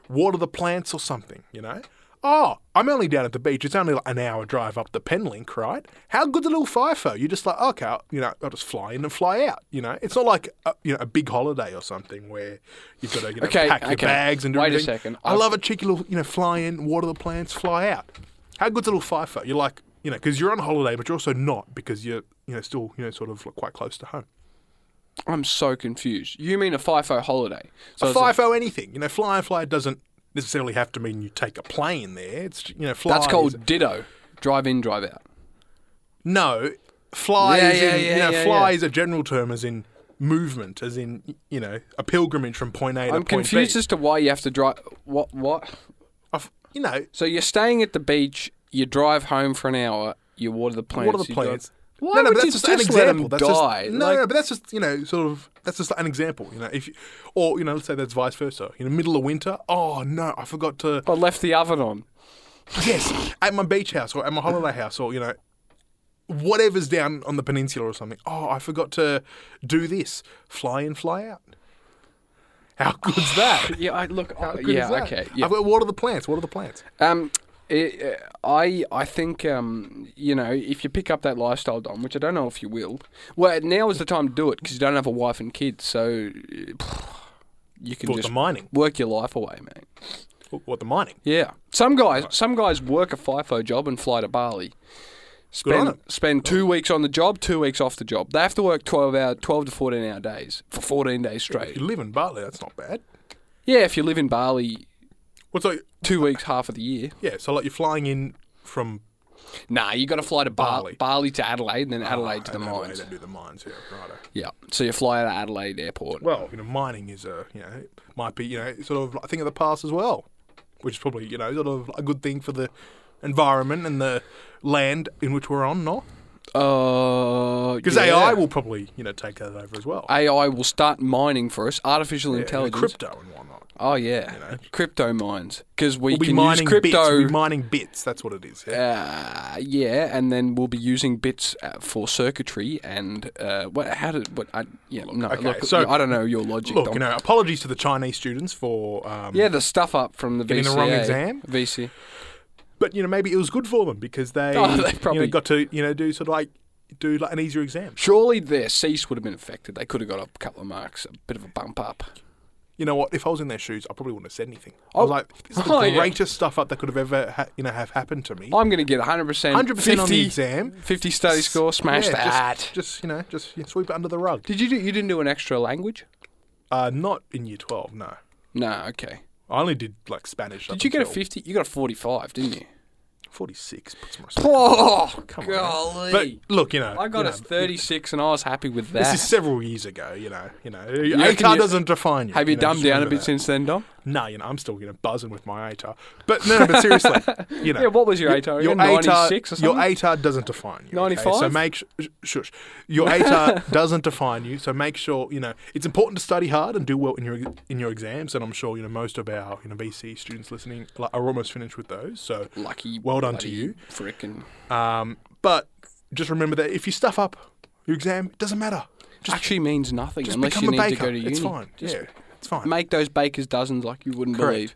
Speaker 2: water the plants or something, you know. Oh, I'm only down at the beach. It's only like an hour drive up the Penlink, right? How good's a little FIFO? You're just like, okay, I'll, you know, I'll just fly in and fly out. You know, it's not like a, you know a big holiday or something where you've got to you know,
Speaker 3: Okay,
Speaker 2: pack your
Speaker 3: okay.
Speaker 2: bags and do
Speaker 3: Wait a
Speaker 2: everything.
Speaker 3: second.
Speaker 2: I
Speaker 3: I've-
Speaker 2: love a cheeky little, you know, fly in, water the plants, fly out. How good's a little FIFO? You're like, you know, because you're on holiday, but you're also not because you're, you know, still, you know, sort of like quite close to home.
Speaker 3: I'm so confused. You mean a FIFO holiday? So
Speaker 2: A
Speaker 3: it's a-
Speaker 2: FIFO anything, you know, fly in, fly out doesn't necessarily have to mean you take a plane there. It's, you know, fly.
Speaker 3: that's
Speaker 2: is-
Speaker 3: called ditto. Drive in, drive out.
Speaker 2: No, fly
Speaker 3: Yeah,
Speaker 2: is
Speaker 3: yeah,
Speaker 2: in,
Speaker 3: yeah,
Speaker 2: you know,
Speaker 3: yeah,
Speaker 2: fly
Speaker 3: yeah.
Speaker 2: is a general term as in movement, as in, you know, a pilgrimage from point A to
Speaker 3: I'm
Speaker 2: point
Speaker 3: confused
Speaker 2: B.
Speaker 3: as to why you have to drive. What? What?
Speaker 2: A f- you know,
Speaker 3: So you're staying at the beach, you drive home for an hour, you water the plants.
Speaker 2: what are the
Speaker 3: you go-
Speaker 2: plans?
Speaker 3: Why would you just let 'em
Speaker 2: That's just-
Speaker 3: die?
Speaker 2: no,
Speaker 3: Like-
Speaker 2: no, but that's just you know, sort of that's just an example. You know, if you, or you know, let's say that's vice versa. In the middle of winter, oh no, I forgot to
Speaker 3: I left the oven on.
Speaker 2: yes at my beach house or at my holiday house or you know, whatever's down on the peninsula or something. Oh, I forgot to do this. Fly in, fly out. How *laughs* good's that?
Speaker 3: Yeah, I, look.
Speaker 2: How
Speaker 3: I,
Speaker 2: good is
Speaker 3: *laughs* yeah,
Speaker 2: that?
Speaker 3: okay. Yeah.
Speaker 2: I've got, what are the plants? What are the plants?
Speaker 3: Um, it, uh, I I think um, you know if you pick up that lifestyle, Dom, which I don't know if you will. Well, now is the time to do it because you don't have a wife and kids, so uh, you can
Speaker 2: What
Speaker 3: just
Speaker 2: the mining?
Speaker 3: work your life away, man.
Speaker 2: What the mining?
Speaker 3: Yeah, some guys some guys work a FIFO job and fly to Bali.
Speaker 2: Good on
Speaker 3: Spend
Speaker 2: 'em.
Speaker 3: spend two weeks on the job, two weeks off the job. They have to work twelve hour, twelve to fourteen hour days for fourteen days
Speaker 2: If
Speaker 3: straight.
Speaker 2: you live in Bali, that's not bad.
Speaker 3: Yeah, if you live in Bali,
Speaker 2: What's like?
Speaker 3: two weeks half of the year.
Speaker 2: Yeah, so like you're flying in from
Speaker 3: Nah, you got to fly to Bar-
Speaker 2: Bali. Ah,
Speaker 3: Bali. to Adelaide and then Adelaide to the
Speaker 2: Adelaide,
Speaker 3: mines.
Speaker 2: they do the mines, yeah, righto.
Speaker 3: Yeah. So you fly out of Adelaide Airport.
Speaker 2: Well, you know, mining is a you know it might be you know sort of a thing of the past as well, which is probably you know sort of a good thing for the environment and the land in which we're on, not
Speaker 3: Uh,
Speaker 2: because
Speaker 3: yeah.
Speaker 2: AI will probably you know take that over as well,
Speaker 3: AI will start mining for us, artificial
Speaker 2: Yeah, and
Speaker 3: intelligence.
Speaker 2: crypto and whatnot.
Speaker 3: oh yeah,
Speaker 2: know.
Speaker 3: crypto mines because we
Speaker 2: We'll be
Speaker 3: can use
Speaker 2: mining bits.
Speaker 3: crypto.
Speaker 2: We'll be mining bits. That's what it is. Yeah.
Speaker 3: uh, yeah, and then we'll be using bits uh, for circuitry and uh, what? How did what? I, yeah, no,
Speaker 2: okay,
Speaker 3: look,
Speaker 2: so-
Speaker 3: I don't know your logic.
Speaker 2: Look,
Speaker 3: Dom.
Speaker 2: you know, apologies to the Chinese students for um,
Speaker 3: yeah, the stuff up from the
Speaker 2: Getting
Speaker 3: VCA,
Speaker 2: the wrong exam?
Speaker 3: VC.
Speaker 2: But you know, maybe it was good for them because they,
Speaker 3: *laughs* Oh, they
Speaker 2: you
Speaker 3: probably-
Speaker 2: know, got to you know do sort of like do like an easier exam.
Speaker 3: Surely their cease would have been affected. They could have got a couple of marks, a bit of a bump up.
Speaker 2: You know what? If I was in their shoes, I probably wouldn't have said anything. I was
Speaker 3: Oh.
Speaker 2: like, "This is the
Speaker 3: *laughs* Oh, yeah.
Speaker 2: greatest stuff up that could have ever ha- you know have happened to me."
Speaker 3: I'm going to get 100%,
Speaker 2: 100%
Speaker 3: 50,
Speaker 2: on the exam.
Speaker 3: 50 study score, smash
Speaker 2: Yeah, just-
Speaker 3: that.
Speaker 2: Just, you know, just you know, sweep it under the rug.
Speaker 3: Did you do, you didn't do an extra language?
Speaker 2: Uh, not in year twelve. No,
Speaker 3: No, okay.
Speaker 2: I only did like Spanish.
Speaker 3: Did you get a 50? You got a 45, didn't you?
Speaker 2: Forty six. Put some respect.
Speaker 3: Oh,
Speaker 2: Come on.
Speaker 3: golly.
Speaker 2: man. But look, you know,
Speaker 3: I got
Speaker 2: you
Speaker 3: a
Speaker 2: know,
Speaker 3: 36 and I was happy with that.
Speaker 2: This is several years ago. You know, you know,
Speaker 3: reckon
Speaker 2: ATAR
Speaker 3: you-
Speaker 2: doesn't define you.
Speaker 3: Have you,
Speaker 2: know,
Speaker 3: dumbed
Speaker 2: just
Speaker 3: down a
Speaker 2: remember
Speaker 3: bit
Speaker 2: that.
Speaker 3: since then, Dom?
Speaker 2: No, you know, I'm still you know buzzing with my ATAR. But no, no, but seriously,
Speaker 3: *laughs*
Speaker 2: you know,
Speaker 3: Yeah, what was your ATAR?
Speaker 2: your
Speaker 3: again? 96 or
Speaker 2: ATAR, your
Speaker 3: something?
Speaker 2: ATAR doesn't define you. okay?
Speaker 3: 95?
Speaker 2: So make sh- sh- shush. Your
Speaker 3: *laughs*
Speaker 2: ATAR doesn't define you. So make sure you know it's important to study hard and do well in your in your exams. And I'm sure you know most of our you know BC students listening like, are almost finished with those. So
Speaker 3: Lucky.
Speaker 2: Well done to
Speaker 3: bloody
Speaker 2: you.
Speaker 3: Frickin'.
Speaker 2: um, but just remember that if you stuff up your exam, it doesn't matter. Just,
Speaker 3: Actually means nothing
Speaker 2: just
Speaker 3: unless
Speaker 2: become
Speaker 3: you
Speaker 2: a baker.
Speaker 3: need to go to uni.
Speaker 2: It's fine.
Speaker 3: Just
Speaker 2: yeah, it's fine.
Speaker 3: make those baker's dozens like you wouldn't
Speaker 2: Correct.
Speaker 3: believe.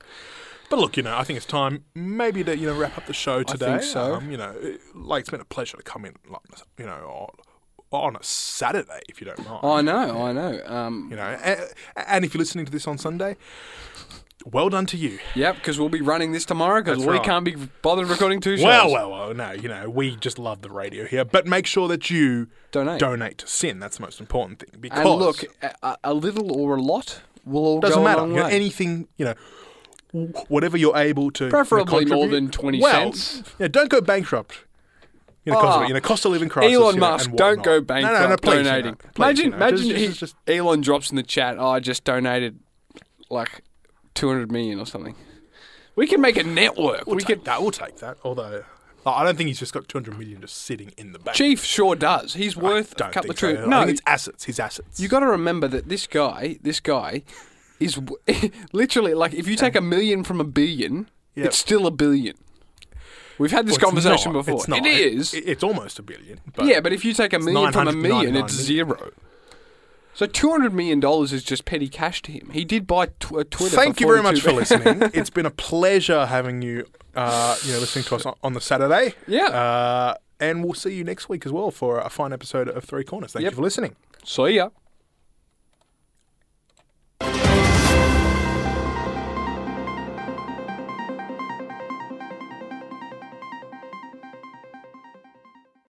Speaker 2: But look, you know, I think it's time maybe to you know wrap up the show today.
Speaker 3: think so.
Speaker 2: Um, you know, it- like it's been a pleasure to come in, like you know, on, on a Saturday if you don't mind.
Speaker 3: I know, I know. Um,
Speaker 2: You know, and, and if you're listening to this on Sunday, well done to you.
Speaker 3: Yep, because we'll be running this tomorrow because
Speaker 2: That's
Speaker 3: we
Speaker 2: right.
Speaker 3: can't be bothered recording two shows.
Speaker 2: Well, well, well. No, you know, we just love the radio here, but make sure that you
Speaker 3: Donate.
Speaker 2: donate to Sin. That's the most important thing. Because
Speaker 3: And look, a- a, a little or a lot will all
Speaker 2: doesn't
Speaker 3: go a
Speaker 2: matter.
Speaker 3: long
Speaker 2: You know,
Speaker 3: way.
Speaker 2: anything, you know, w- whatever you're able to. you know,
Speaker 3: Preferably more
Speaker 2: contribute.
Speaker 3: than 20
Speaker 2: well,
Speaker 3: cents.
Speaker 2: Yeah, don't go bankrupt. You know,
Speaker 3: Ah.
Speaker 2: cost of, you know, cost of living crisis.
Speaker 3: Elon
Speaker 2: you know,
Speaker 3: Musk,
Speaker 2: and
Speaker 3: don't
Speaker 2: whatnot.
Speaker 3: go bankrupt
Speaker 2: No, no, no, please, you know,
Speaker 3: donating.
Speaker 2: please,
Speaker 3: imagine,
Speaker 2: you know,
Speaker 3: imagine
Speaker 2: just-
Speaker 3: he-
Speaker 2: just- just-
Speaker 3: Elon drops in the chat. Oh, I just donated like two hundred million or something. We can make a network.
Speaker 2: we'll
Speaker 3: we
Speaker 2: take
Speaker 3: could.
Speaker 2: that. We'll take that. Although, uh, I don't think he's just got 200 million just sitting in the bank.
Speaker 3: Chief sure does. He's
Speaker 2: I
Speaker 3: worth a
Speaker 2: don't
Speaker 3: couple of
Speaker 2: think so.
Speaker 3: trillion.
Speaker 2: I
Speaker 3: No,
Speaker 2: think it's assets. His assets.
Speaker 3: you got to remember that this guy, this guy, is w- *laughs* literally like if you take a million from a billion,
Speaker 2: Yep.
Speaker 3: it's still a billion. We've had this
Speaker 2: Well, it's
Speaker 3: conversation
Speaker 2: not.
Speaker 3: before.
Speaker 2: It's not.
Speaker 3: It is.
Speaker 2: It- it's almost a billion. But
Speaker 3: yeah, but if you take a million from a million,
Speaker 2: 999
Speaker 3: it's
Speaker 2: million.
Speaker 3: zero. So two hundred million dollars is just petty cash to him. He did buy tw- a Twitter.
Speaker 2: Thank you very much for
Speaker 3: 42
Speaker 2: listening.
Speaker 3: *laughs*
Speaker 2: it's been a pleasure having you, uh, you know, listening to us on, on the Saturday.
Speaker 3: Yeah.
Speaker 2: Uh, and we'll see you next week as well for a fine episode of Three Corners. Thank
Speaker 3: Yep. *laughs*
Speaker 2: you for listening.
Speaker 3: See ya.